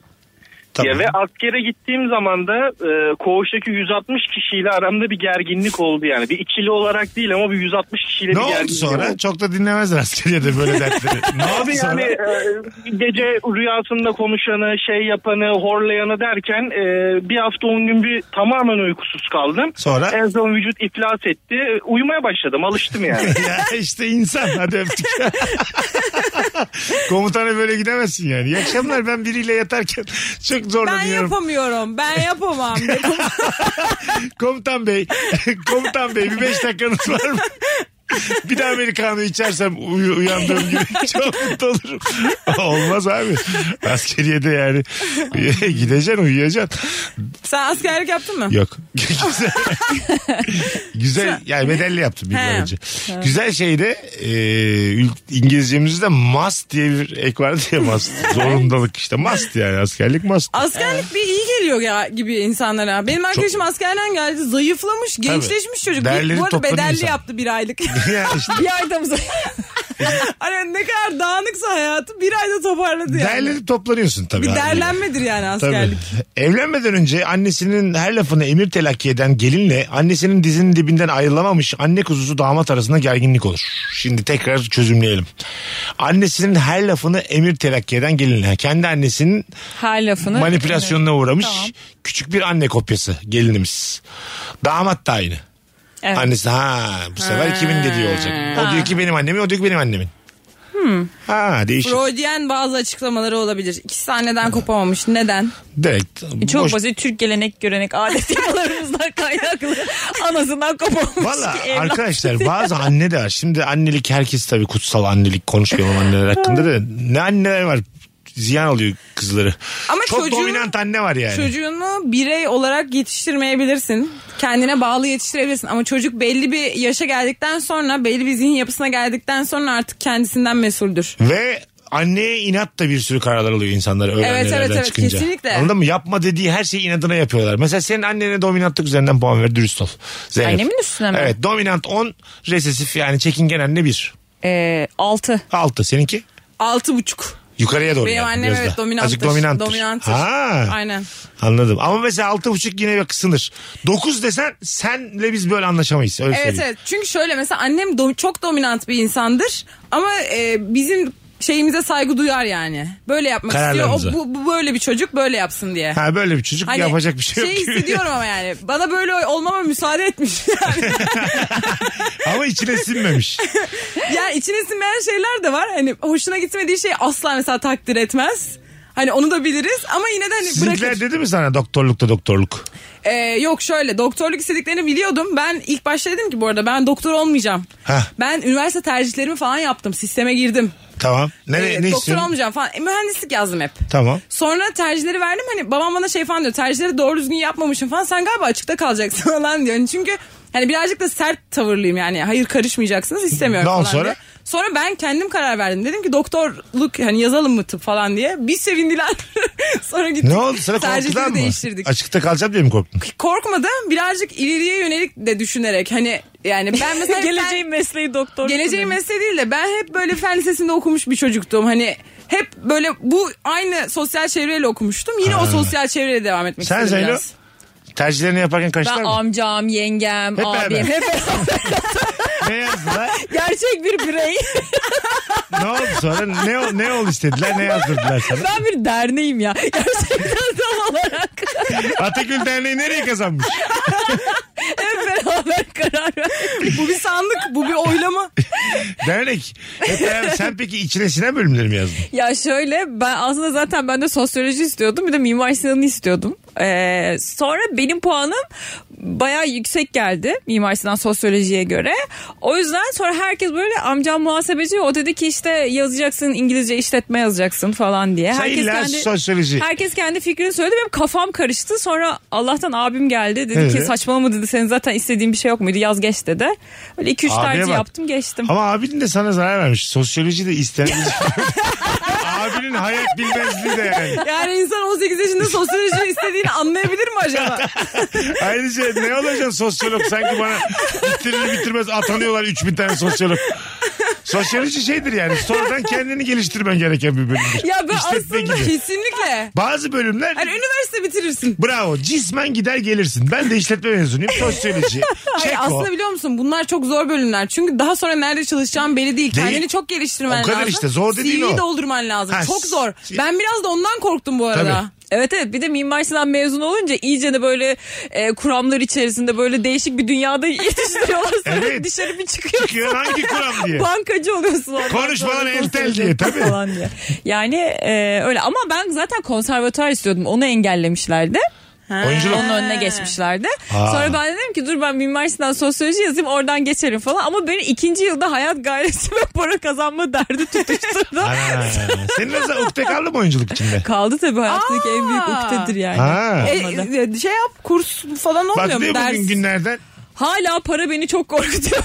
[SPEAKER 1] Tamam.
[SPEAKER 9] Ya ve askere gittiğim zaman da e, koğuştaki 160 kişiyle aramda bir gerginlik oldu yani. Bir ikili olarak değil ama bir 160 kişiyle
[SPEAKER 1] ne
[SPEAKER 9] bir
[SPEAKER 1] oldu
[SPEAKER 9] gerginlik
[SPEAKER 1] sonra?
[SPEAKER 9] oldu.
[SPEAKER 1] Çok da dinlemezler askeriyede böyle dertleri. ne oldu
[SPEAKER 9] Abi yani
[SPEAKER 1] sonra?
[SPEAKER 9] e, gece rüyasında konuşanı, şey yapanı, horlayanı derken e, bir hafta on gün bir tamamen uykusuz kaldım.
[SPEAKER 1] Sonra?
[SPEAKER 9] En son vücut iflas etti. Uyumaya başladım, alıştım yani.
[SPEAKER 1] ya işte insan hadi öptük. Komutana böyle gidemezsin yani. İyi akşamlar ben biriyle yatarken çok
[SPEAKER 2] Ben
[SPEAKER 1] zorlanıyorum.
[SPEAKER 2] yapamıyorum. Ben yapamam.
[SPEAKER 1] Komutan bey, komutan bey bir beş dakikanız var mı? Bir daha Amerikanı içersem uy- uyandığım gibi çok mutlu olurum. Olmaz abi. Askeriyede yani gideceksin uyuyacaksın.
[SPEAKER 2] Sen askerlik yaptın mı?
[SPEAKER 1] Yok. Güzel. Güzel. Yani bedelli yaptım bir gün
[SPEAKER 2] He.
[SPEAKER 1] önce. Güzel şeyde e, ül- İngilizcemizde must diye bir ek vardı ya must. Zorundalık işte must yani askerlik must.
[SPEAKER 2] Askerlik bir iyi geliyor ya gibi insanlara. Benim arkadaşım askerden geldi zayıflamış, gençleşmiş çocuk.
[SPEAKER 1] Değerleri
[SPEAKER 2] Bu arada
[SPEAKER 1] toplanıyor
[SPEAKER 2] bedelli
[SPEAKER 1] insan.
[SPEAKER 2] yaptı bir aylık.
[SPEAKER 1] Yani işte
[SPEAKER 4] Bir yardımımıza.
[SPEAKER 2] hani ne kadar dağınıksa hayatı bir ayda toparladı yani.
[SPEAKER 1] derlenip toplanıyorsun tabii.
[SPEAKER 2] bir
[SPEAKER 1] abi.
[SPEAKER 2] derlenmedir yani
[SPEAKER 1] Tabii.
[SPEAKER 2] askerlik.
[SPEAKER 1] Evlenmeden önce annesinin her lafını emir telakki eden gelinle annesinin dizinin dibinden ayrılamamış anne kuzusu damat arasında gerginlik olur. Şimdi tekrar çözümleyelim. Annesinin her lafını emir telakki eden gelinle kendi annesinin
[SPEAKER 4] Her lafını.
[SPEAKER 1] manipülasyonuna uğramış
[SPEAKER 4] Tamam.
[SPEAKER 1] küçük bir anne kopyası gelinimiz. Damat da aynı.
[SPEAKER 4] Evet.
[SPEAKER 1] Annesi ha bu sefer kimin dediği olacak. O diyor ki benim annemin o diyor ki benim annemin.
[SPEAKER 4] Hmm.
[SPEAKER 1] Ha değişik.
[SPEAKER 2] Freudian bazı açıklamaları olabilir. İkisi anneden kopamamış. Neden?
[SPEAKER 1] Direkt.
[SPEAKER 4] E, Çok
[SPEAKER 1] boş-
[SPEAKER 4] basit Türk gelenek görenek adet yapılarımızdan kaynaklı anasından kopamamış
[SPEAKER 1] Valla
[SPEAKER 4] ki şey, evlat.
[SPEAKER 1] arkadaşlar bazı anne de var. Şimdi annelik herkes tabii kutsal annelik konuşmayalım anneler hakkında da. Ne anneler var ziyan oluyor kızları.
[SPEAKER 2] Ama
[SPEAKER 1] Çok
[SPEAKER 2] çocuğun-
[SPEAKER 1] dominant anne var yani.
[SPEAKER 2] Çocuğunu birey olarak yetiştirmeyebilirsin. Kendine bağlı yetiştirebilirsin. Ama çocuk belli bir yaşa geldikten sonra, belli bir zihin yapısına geldikten sonra artık kendisinden mesuldür.
[SPEAKER 1] Ve anneye inat da bir sürü kararlar oluyor insanlara öyle
[SPEAKER 2] Evet, evet,
[SPEAKER 1] annelerden
[SPEAKER 2] evet,
[SPEAKER 1] çıkınca.
[SPEAKER 2] kesinlikle.
[SPEAKER 1] Anladın mı? Yapma dediği her şeyi inadına yapıyorlar. Mesela senin annene dominantlık üzerinden puan ver dürüst ol. Zeynep.
[SPEAKER 4] Annemin üstüne mi?
[SPEAKER 1] Evet dominant 10 resesif yani çekingen anne 1.
[SPEAKER 4] Ee, altı.
[SPEAKER 1] 6 seninki?
[SPEAKER 2] Altı buçuk.
[SPEAKER 1] Yukarıya doğru.
[SPEAKER 2] Benim
[SPEAKER 1] yani,
[SPEAKER 2] annem
[SPEAKER 1] biraz
[SPEAKER 2] evet
[SPEAKER 1] daha.
[SPEAKER 2] dominanttır.
[SPEAKER 1] Azıcık dominanttır.
[SPEAKER 2] Dominanttır.
[SPEAKER 1] Ha.
[SPEAKER 2] Aynen.
[SPEAKER 1] Anladım. Ama mesela 6,5 yine bir sınır. 9 desen senle biz böyle anlaşamayız. Öyle
[SPEAKER 2] Evet
[SPEAKER 1] söyleyeyim.
[SPEAKER 2] evet. Çünkü şöyle mesela annem do- çok dominant bir insandır. Ama e, bizim şeyimize saygı duyar yani. Böyle yapmak istiyor.
[SPEAKER 1] Kararlarımıza.
[SPEAKER 2] O, bu, bu böyle bir çocuk böyle yapsın diye.
[SPEAKER 1] Ha böyle bir çocuk
[SPEAKER 2] Hani
[SPEAKER 1] yapacak bir şey yok.
[SPEAKER 2] Şey hissediyorum ama yani. Bana böyle olmama müsaade etmiş. Yani,
[SPEAKER 1] Ama içine sinmemiş.
[SPEAKER 2] yani içine sinmeyen şeyler de var. Hani hoşuna gitmediği şey asla mesela takdir etmez. Hani onu da biliriz ama yine de hani
[SPEAKER 1] Sizinkiler
[SPEAKER 2] bırakır.
[SPEAKER 1] dedi mi sana doktorlukta doktorluk?
[SPEAKER 2] Ee, yok şöyle doktorluk istediklerini biliyordum. Ben ilk başta dedim ki bu arada ben doktor olmayacağım.
[SPEAKER 1] Heh.
[SPEAKER 2] Ben üniversite tercihlerimi falan yaptım. Sisteme girdim.
[SPEAKER 1] Tamam. Nereye
[SPEAKER 2] Ee,
[SPEAKER 1] ne
[SPEAKER 2] doktor
[SPEAKER 1] istiyorsun?
[SPEAKER 2] olmayacağım falan. E, mühendislik yazdım hep.
[SPEAKER 1] Tamam.
[SPEAKER 2] Sonra tercihleri verdim hani babam bana şey falan diyor tercihleri doğru düzgün yapmamışım falan sen galiba açıkta kalacaksın falan diyor. Hani çünkü hani birazcık da sert tavırlıyım yani hayır karışmayacaksınız istemiyorum
[SPEAKER 1] Ne oldu
[SPEAKER 2] falan
[SPEAKER 1] sonra?
[SPEAKER 2] diye. Sonra ben kendim karar verdim dedim ki doktorluk hani yazalım mı tıp falan diye bir sevindiler sonra gittik
[SPEAKER 1] Ne oldu sana korkudan
[SPEAKER 2] tercihleri
[SPEAKER 1] mı?
[SPEAKER 2] değiştirdik.
[SPEAKER 1] Açıkta kalacağım diye mi korktun?
[SPEAKER 2] Korkmadım birazcık ileriye yönelik de düşünerek hani yani ben mesela hep ben-
[SPEAKER 4] Geleceğin mesleği doktor.
[SPEAKER 2] Geleceğin mesleği değil de ben hep böyle fen lisesinde okumuş bir çocuktum. Hani hep böyle bu aynı sosyal çevreyle okumuştum. Yine o sosyal çevreye devam etmek
[SPEAKER 1] Sen
[SPEAKER 2] istedim
[SPEAKER 1] Zeyno?
[SPEAKER 2] biraz.
[SPEAKER 1] Tercihlerini yaparken kaçtılar
[SPEAKER 4] Ben
[SPEAKER 1] mı?
[SPEAKER 4] amcam, yengem,
[SPEAKER 1] Hep beraber.
[SPEAKER 4] abim. Hep
[SPEAKER 1] Ne yazdılar?
[SPEAKER 4] gerçek bir birey.
[SPEAKER 1] ne oldu sonra? Ne, ol- ne ol istediler? Ne yazdırdılar sana?
[SPEAKER 4] ben bir derneğim ya. Gerçekten tam olarak
[SPEAKER 1] Atakül Derneği nereye kazanmış?
[SPEAKER 4] hep beraber karar verdik.
[SPEAKER 2] Bu bir sandık, bu bir oylama.
[SPEAKER 1] Dernek. Hep beraber- sen peki içine sinen bölümleri mi yazdın?
[SPEAKER 4] Ya şöyle ben aslında zaten ben de sosyoloji istiyordum bir de mimar sinanı istiyordum. Ee, sonra benim puanım bayağı yüksek geldi mimar sinan sosyolojiye göre. O yüzden sonra herkes böyle amcam muhasebeci o dedi ki işte yazacaksın İngilizce işletme yazacaksın falan diye.
[SPEAKER 1] Sen
[SPEAKER 4] herkes
[SPEAKER 1] illa sosyoloji.
[SPEAKER 4] Herkes kendi fikrini söyledi benim kafam karıştı. Sonra Allah'tan abim geldi dedi
[SPEAKER 1] Evet.
[SPEAKER 4] ki saçmalama dedi senin zaten istediğin bir şey yok muydu yaz geç dedi. Öyle 2-3
[SPEAKER 1] Abiye
[SPEAKER 4] tercih
[SPEAKER 1] bak.
[SPEAKER 4] yaptım geçtim.
[SPEAKER 1] Ama abin de sana zarar vermiş. Sosyoloji de istenmiş. Abinin hayat bilmezliği de yani.
[SPEAKER 2] Yani insan 18 yaşında sosyoloji istediğini anlayabilir mi acaba?
[SPEAKER 1] Ayrıca ne olacaksın sosyolog? Sanki bana bitirir bitirmez atanıyorlar 3000 tane sosyolog. Sosyoloji şeydir yani sonradan kendini geliştirmen gereken bir bölümdür.
[SPEAKER 2] Ya ben
[SPEAKER 1] İşletme
[SPEAKER 2] aslında
[SPEAKER 1] gibi.
[SPEAKER 2] kesinlikle.
[SPEAKER 1] Bazı bölümler
[SPEAKER 2] Hani üniversite bitirirsin.
[SPEAKER 1] bravo cismen gider gelirsin. Ben de işletme mezunuyum sosyoloji.
[SPEAKER 2] Hayır,
[SPEAKER 1] Çek o.
[SPEAKER 2] aslında biliyor musun bunlar çok zor bölümler. Çünkü daha sonra nerede çalışacağım belli değil.
[SPEAKER 1] Değil.
[SPEAKER 2] Kendini çok geliştirmen
[SPEAKER 1] O kadar
[SPEAKER 2] lazım.
[SPEAKER 1] işte, zor dediğin
[SPEAKER 2] CV'yi
[SPEAKER 1] o.
[SPEAKER 2] doldurman lazım.
[SPEAKER 1] Ha,
[SPEAKER 2] çok zor.
[SPEAKER 1] s-
[SPEAKER 2] Ben biraz da ondan korktum bu arada.
[SPEAKER 1] Tabii.
[SPEAKER 4] Evet evet bir de Mimar Sinan mezun olunca iyice de böyle e, kuramlar içerisinde böyle değişik bir dünyada
[SPEAKER 2] e,
[SPEAKER 4] yetiştiriyorlar. Sonra
[SPEAKER 1] Evet.
[SPEAKER 4] dışarı bir çıkıyorsun.
[SPEAKER 1] Çıkıyor hangi kuram diye.
[SPEAKER 4] Bankacı oluyorsun. ondan
[SPEAKER 1] Konuş
[SPEAKER 4] sonra
[SPEAKER 1] bana entel
[SPEAKER 4] konuşuyorsun
[SPEAKER 1] diye tabii.
[SPEAKER 4] Falan diye. Yani e, öyle ama ben zaten konservatuar istiyordum. Onu engellemişlerdi.
[SPEAKER 1] Oyunculuk.
[SPEAKER 4] Onun önüne geçmişlerdi.
[SPEAKER 1] Ee. Aa.
[SPEAKER 4] Sonra ben dedim ki dur ben Mimar Sinan sosyoloji yazayım oradan geçerim falan. Ama beni ikinci yılda hayat gayresi ve para kazanma derdi tutuşturdu.
[SPEAKER 1] Ana. Senin o zaman ukde kaldı mı oyunculuk içinde?
[SPEAKER 4] Kaldı tabii hayatındaki
[SPEAKER 2] Aa.
[SPEAKER 4] en büyük uktedir yani.
[SPEAKER 1] Ha.
[SPEAKER 2] E, e, şey yap kurs falan olmuyor
[SPEAKER 1] Bak
[SPEAKER 2] mu
[SPEAKER 1] diyor
[SPEAKER 2] ders?
[SPEAKER 1] bugün günlerden.
[SPEAKER 4] Hala para beni çok korkutuyor.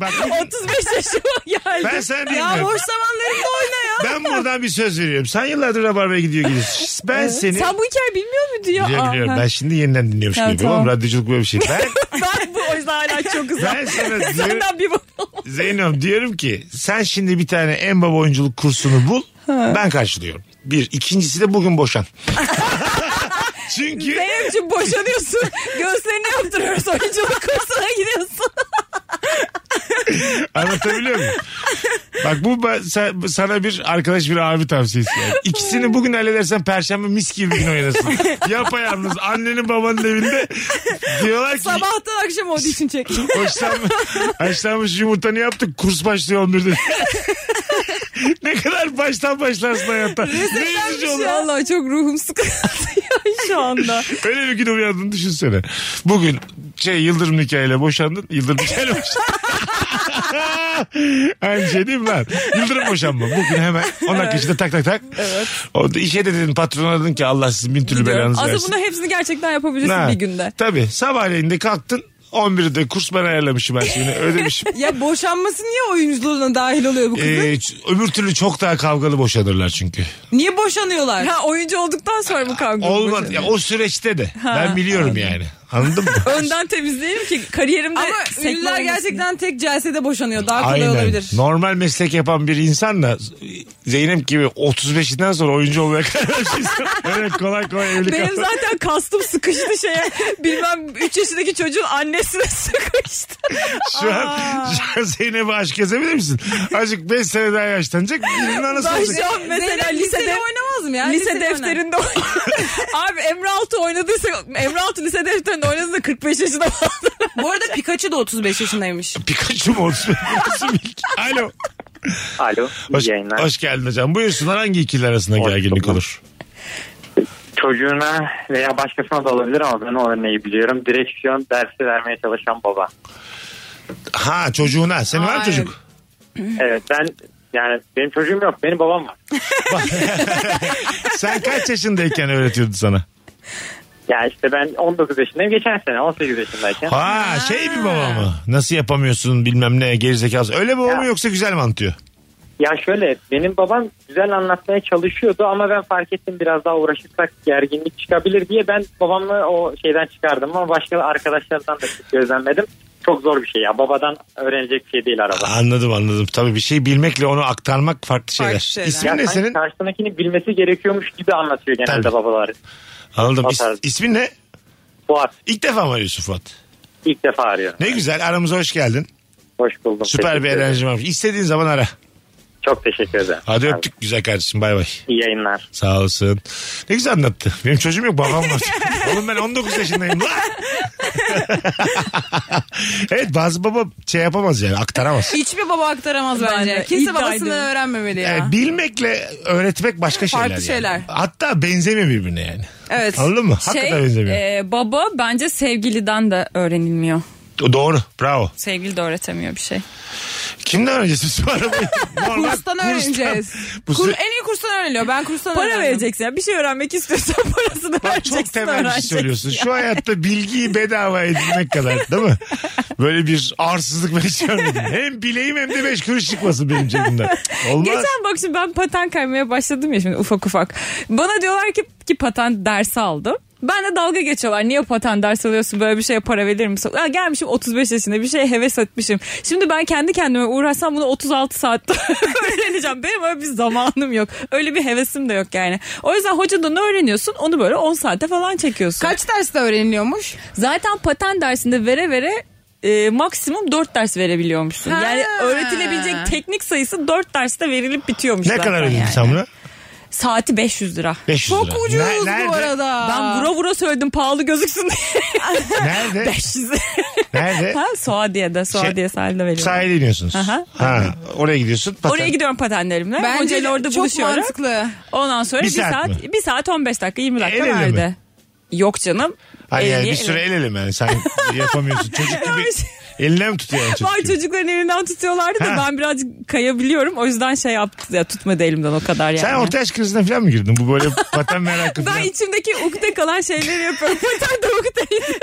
[SPEAKER 1] Bak bugün-
[SPEAKER 4] 35 yaşıma geldi.
[SPEAKER 1] ben sana diyeyim.
[SPEAKER 2] Ya
[SPEAKER 1] mi?
[SPEAKER 2] boş zamanlarında oyna ya.
[SPEAKER 1] Ben buradan bir söz veriyorum. Sen yıllardır Rabarba'ya gidiyor gidiyorsun. Ben seni...
[SPEAKER 4] Sen bu hikayeyi bilmiyor muydun ya?
[SPEAKER 1] Biliyorum,
[SPEAKER 4] Aa,
[SPEAKER 1] biliyorum.
[SPEAKER 4] ha.
[SPEAKER 1] Ben şimdi yeniden dinliyormuş
[SPEAKER 4] Ha,
[SPEAKER 1] gibi.
[SPEAKER 4] tamam.
[SPEAKER 1] Oğlum radyoculuk böyle bir şey. Ben,
[SPEAKER 4] Ben bu o yüzden hala çok uzak.
[SPEAKER 1] ben sana diyorum,
[SPEAKER 4] Senden bir bak.
[SPEAKER 1] Zeyno'm diyorum ki sen şimdi bir tane en baba oyunculuk kursunu bul. Ben karşılıyorum. Bir. ikincisi de bugün boşan. Çünkü
[SPEAKER 4] Zeynep'ciğim boşanıyorsun. Göğüslerini yaptırıyoruz. Oyunculuk kursuna gidiyorsun.
[SPEAKER 1] anlatabiliyor muyum? Bak bu ben- sen- sana bir arkadaş bir abi tavsiyesi yani. İkisini bugün halledersen perşembe mis gibi bir gün oynasın. Yapayalnız annenin babanın evinde diyorlar ki
[SPEAKER 2] Sabahtan akşam audition çek.
[SPEAKER 1] Hoşlanmış, haşlanmış yumurtanı yaptık. Kurs başlıyor 11'de. ne kadar baştan başlarsın hayatta. Ne üzücü olur.
[SPEAKER 4] Valla çok ruhum sıkıldı ya şu anda.
[SPEAKER 1] Öyle bir gün uyandın düşünsene. Bugün şey Yıldırım nikahıyla boşandın. Yıldırım nikahıyla boşandın. Aynı şey değil mi lan? Yıldırım boşanma. Bugün hemen 10 dakika içinde tak tak tak. Evet. Orada işe de dedin patrona dedin ki Allah sizin bin türlü belanızı versin.
[SPEAKER 4] Aslında bunu hepsini gerçekten yapabilirsin
[SPEAKER 1] Ha,
[SPEAKER 4] bir günde.
[SPEAKER 1] Tabii. Sabahleyin de kalktın. 11'de kurs ben ayarlamışım her şeyini. Ödemişim.
[SPEAKER 2] ya boşanması niye oyunculuğuna dahil oluyor bu kızın?
[SPEAKER 1] Ee, ç- öbür türlü çok daha kavgalı boşanırlar çünkü.
[SPEAKER 2] niye boşanıyorlar?
[SPEAKER 4] Ha oyuncu olduktan sonra mı kavga
[SPEAKER 1] Olmadı.
[SPEAKER 4] olacak?
[SPEAKER 1] ya o süreçte de. ben biliyorum yani. Anladın mı?
[SPEAKER 4] Önden temizleyelim ki kariyerimde
[SPEAKER 2] Ama
[SPEAKER 4] sekme
[SPEAKER 2] ünlüler
[SPEAKER 4] olmasın.
[SPEAKER 2] gerçekten tek celsede boşanıyor. Daha kolay olabilir.
[SPEAKER 1] Normal meslek yapan bir insanla Zeynep gibi 35'inden sonra oyuncu olmaya karar vermişsin. Öyle kolay kolay evlilik
[SPEAKER 4] Benim
[SPEAKER 1] yapmaz.
[SPEAKER 4] zaten kastım sıkıştı şeye. Bilmem 3 yaşındaki çocuğun annesine sıkıştı.
[SPEAKER 1] Şu an, şu an Zeynep'e aşk yazabilir misin? Azıcık 5 sene daha yaşlanacak. Birinin anası
[SPEAKER 4] Ben
[SPEAKER 1] olacak.
[SPEAKER 4] şu an mesela
[SPEAKER 2] Zeynep lisede
[SPEAKER 4] lisede
[SPEAKER 2] oynamaz mı ya?
[SPEAKER 4] lise
[SPEAKER 2] Lisede oynar.
[SPEAKER 4] defterinde oynadı. Abi Emre Altı oynadıysa Emre Altı lise defterinde oynadıysa 45 yaşında vardı.
[SPEAKER 2] Bu arada Pikachu da 35 yaşındaymış.
[SPEAKER 1] Pikachu mu olsun? Nasıl bir- Alo.
[SPEAKER 5] Alo.
[SPEAKER 1] Hoş,
[SPEAKER 5] iyi yayınlar.
[SPEAKER 1] hoş geldin hocam. Buyursunlar hangi ikili arasında
[SPEAKER 5] Hoş
[SPEAKER 1] gerginlik
[SPEAKER 5] bulduk.
[SPEAKER 1] olur?
[SPEAKER 5] Çocuğuna veya başkasına da olabilir ama ben o örneği biliyorum. Direksiyon dersi vermeye çalışan baba.
[SPEAKER 1] Ha çocuğuna. Senin var mı
[SPEAKER 2] Ay.
[SPEAKER 1] çocuk?
[SPEAKER 5] Evet ben
[SPEAKER 9] Yani benim çocuğum yok. Benim babam var.
[SPEAKER 1] Sen kaç yaşındayken öğretiyordu sana?
[SPEAKER 9] Ya işte ben 19 yaşındayım. Geçen sene 18 yaşındayken.
[SPEAKER 1] Ha şey bir baba mı? Nasıl yapamıyorsun bilmem ne gerizekalı. Öyle baba mı yoksa güzel mi anlatıyor?
[SPEAKER 9] Ya şöyle benim babam güzel anlatmaya çalışıyordu ama ben fark ettim biraz daha uğraşırsak gerginlik çıkabilir diye ben babamla o şeyden çıkardım ama başka arkadaşlardan da hiç gözlemledim. Çok zor bir şey ya babadan öğrenecek bir şey değil araba.
[SPEAKER 1] Anladım anladım. Tabii bir şey bilmekle onu aktarmak farklı şeyler.
[SPEAKER 2] Farklı şeyler.
[SPEAKER 1] İsmin ne
[SPEAKER 9] sanki
[SPEAKER 1] senin?
[SPEAKER 9] Karşısındakini bilmesi gerekiyormuş gibi anlatıyor genelde
[SPEAKER 1] Tabii.
[SPEAKER 9] babalar.
[SPEAKER 1] Anladım.
[SPEAKER 9] O
[SPEAKER 1] İs-
[SPEAKER 9] tarz.
[SPEAKER 1] ismin ne?
[SPEAKER 9] Fuat
[SPEAKER 1] İlk defa mı arıyorsun Fuat?
[SPEAKER 9] ilk defa arıyor.
[SPEAKER 1] Ne güzel aramıza hoş geldin.
[SPEAKER 9] Hoş buldum.
[SPEAKER 1] Süper bir
[SPEAKER 9] Teşekkür ederim.
[SPEAKER 1] enerji varmış. İstediğin zaman ara.
[SPEAKER 9] Çok teşekkür ederim.
[SPEAKER 1] Hadi
[SPEAKER 9] Abi,
[SPEAKER 1] öptük güzel kardeşim bay bay.
[SPEAKER 9] İyi yayınlar.
[SPEAKER 1] Sağ olsun. Ne güzel anlattı. Benim çocuğum yok babam var. Oğlum ben 19 yaşındayım lan. evet bazı baba şey yapamaz yani aktaramaz.
[SPEAKER 2] Hiçbir baba aktaramaz bence.
[SPEAKER 4] de
[SPEAKER 2] Kimse
[SPEAKER 4] iddia
[SPEAKER 2] babasını
[SPEAKER 4] ediyorum.
[SPEAKER 2] öğrenmemeli ya.
[SPEAKER 1] Yani Ee, bilmekle öğretmek başka şeyler.
[SPEAKER 2] Farklı
[SPEAKER 1] yani.
[SPEAKER 2] şeyler.
[SPEAKER 1] Hatta benzemiyor birbirine yani.
[SPEAKER 2] Evet. Şey,
[SPEAKER 1] Anladın mı? Hakikaten benzemiyor.
[SPEAKER 4] e, baba bence sevgiliden de öğrenilmiyor.
[SPEAKER 1] Doğru. Bravo.
[SPEAKER 4] Sevgili de öğretemiyor bir şey.
[SPEAKER 1] Kimden öğreneceğiz biz bu arabayı? Normal
[SPEAKER 2] Kurstan
[SPEAKER 1] kurstan.
[SPEAKER 2] öğreneceğiz.
[SPEAKER 1] Bu
[SPEAKER 2] Kur,
[SPEAKER 1] se-
[SPEAKER 2] en iyi kurstan öğreniliyor. Ben kurstan
[SPEAKER 4] Para
[SPEAKER 2] öğrendim.
[SPEAKER 4] vereceksin. ya. Bir şey öğrenmek istiyorsan parasını
[SPEAKER 1] Bak
[SPEAKER 4] vereceksin.
[SPEAKER 1] çok temel bir şey
[SPEAKER 4] öğreneceksin.
[SPEAKER 1] söylüyorsun. Şu hayatta bilgiyi bedava edinmek kadar değil mi? Böyle bir arsızlık ben hiç görmedim. Hem bileyim hem de beş kuruş çıkmasın benim cebimden. Olmaz.
[SPEAKER 4] Geçen bak şimdi ben paten kaymaya başladım ya şimdi ufak ufak. Bana diyorlar ki ki paten dersi aldım. Ben de dalga geçiyorlar. Niye paten dersi alıyorsun böyle bir şeye para verir misin? Ya gelmişim 35 yaşında bir şeye heves etmişim. Şimdi ben kendi kendime uğraşsam bunu 36 saatte öğreneceğim. Benim öyle bir zamanım yok. Öyle bir hevesim de yok yani. O yüzden hocadan öğreniyorsun onu böyle 10 saate falan çekiyorsun.
[SPEAKER 2] Kaç derste öğreniliyormuş?
[SPEAKER 4] Zaten paten dersinde vere vere e, maksimum 4 ders verebiliyormuşsun.
[SPEAKER 2] Ha.
[SPEAKER 4] Yani öğretilebilecek teknik sayısı 4 derste verilip bitiyormuş
[SPEAKER 1] Ne
[SPEAKER 4] zaten
[SPEAKER 1] kadar ödedin
[SPEAKER 4] yani.
[SPEAKER 1] sen buna?
[SPEAKER 4] Saati 500 lira.
[SPEAKER 1] 500
[SPEAKER 2] Çok
[SPEAKER 1] lira.
[SPEAKER 2] ucuz
[SPEAKER 1] Ne- nerede?
[SPEAKER 2] bu arada.
[SPEAKER 4] Ben vura vura söyledim pahalı gözüksün diye.
[SPEAKER 1] Nerede?
[SPEAKER 4] 500
[SPEAKER 1] Nerede?
[SPEAKER 4] Ha Suadiye'de,
[SPEAKER 1] Şey,
[SPEAKER 4] Suadiye sahilde veriyorum.
[SPEAKER 1] Sahile iniyorsunuz.
[SPEAKER 4] Aha.
[SPEAKER 1] Ha, oraya gidiyorsun. Paten.
[SPEAKER 4] Oraya gidiyorum patenlerimle.
[SPEAKER 2] Bence
[SPEAKER 4] Hocayla orada
[SPEAKER 2] çok
[SPEAKER 4] buluşuyorum.
[SPEAKER 2] mantıklı.
[SPEAKER 4] Ondan sonra
[SPEAKER 1] Bir
[SPEAKER 4] bir,
[SPEAKER 1] saat
[SPEAKER 4] saat,
[SPEAKER 1] mi?
[SPEAKER 4] bir saat 15 dakika 20 dakika
[SPEAKER 1] El ele mi?
[SPEAKER 4] nerede? Yok canım.
[SPEAKER 1] Hayır yani
[SPEAKER 4] Elini-
[SPEAKER 1] bir süre el ele mi yani. Sen yapamıyorsun. Çocuk gibi eline mi tutuyor yani çocuk
[SPEAKER 4] Var
[SPEAKER 1] gibi?
[SPEAKER 4] çocukların elinden tutuyorlardı da
[SPEAKER 1] şey. Ha.
[SPEAKER 4] ben birazcık kayabiliyorum. O yüzden şey yaptı ya tutmadı elimden o kadar yani.
[SPEAKER 1] Sen orta yaş krizine falan mı girdin? Bu böyle paten merakı falan.
[SPEAKER 4] Ben içimdeki ukde kalan şeyleri yapıyorum. Paten de ukdeydi.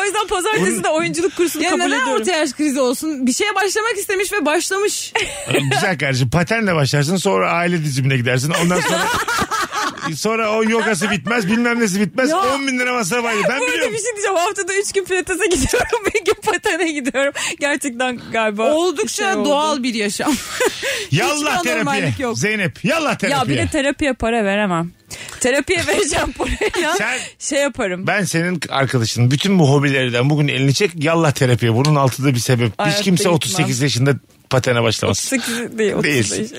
[SPEAKER 4] O yüzden pazartesi de oyunculuk kursunu
[SPEAKER 2] Ya
[SPEAKER 4] kabul
[SPEAKER 2] neden
[SPEAKER 4] ediyorum.
[SPEAKER 2] orta yaş krizi olsun? Bir şeye başlamak istemiş ve başlamış.
[SPEAKER 1] Güzel kardeşim patenle başlarsın sonra aile dizimine gidersin ondan sonra sonra o yogası bitmez bilmem nesi bitmez
[SPEAKER 4] Ya.
[SPEAKER 1] 10 bin lira masraf ayrı ben
[SPEAKER 4] Bu arada
[SPEAKER 1] biliyorum.
[SPEAKER 4] bir şey diyeceğim. Haftada 3 gün pilatese gidiyorum. Bir gün patene gidiyorum. Gerçekten galiba.
[SPEAKER 2] Oldukça
[SPEAKER 4] şey oldu.
[SPEAKER 2] doğal bir yaşam.
[SPEAKER 1] Yallah
[SPEAKER 2] Hiçbir
[SPEAKER 1] terapiye
[SPEAKER 2] anormallik yok.
[SPEAKER 1] Zeynep yallah
[SPEAKER 4] Ya bir
[SPEAKER 1] terapiye.
[SPEAKER 4] de terapiye para veremem. Terapiye vereceğim parayla
[SPEAKER 1] Sen-
[SPEAKER 4] şey yaparım.
[SPEAKER 1] ben senin arkadaşın bütün bu hobilerden bugün elini çek yallah terapiye. Bunun altıda bir sebep. Hiç
[SPEAKER 4] Hayatta
[SPEAKER 1] kimse
[SPEAKER 4] gitmem.
[SPEAKER 1] 38 yaşında patene başlamaz.
[SPEAKER 4] 38 değil. 35.
[SPEAKER 1] Değilsin.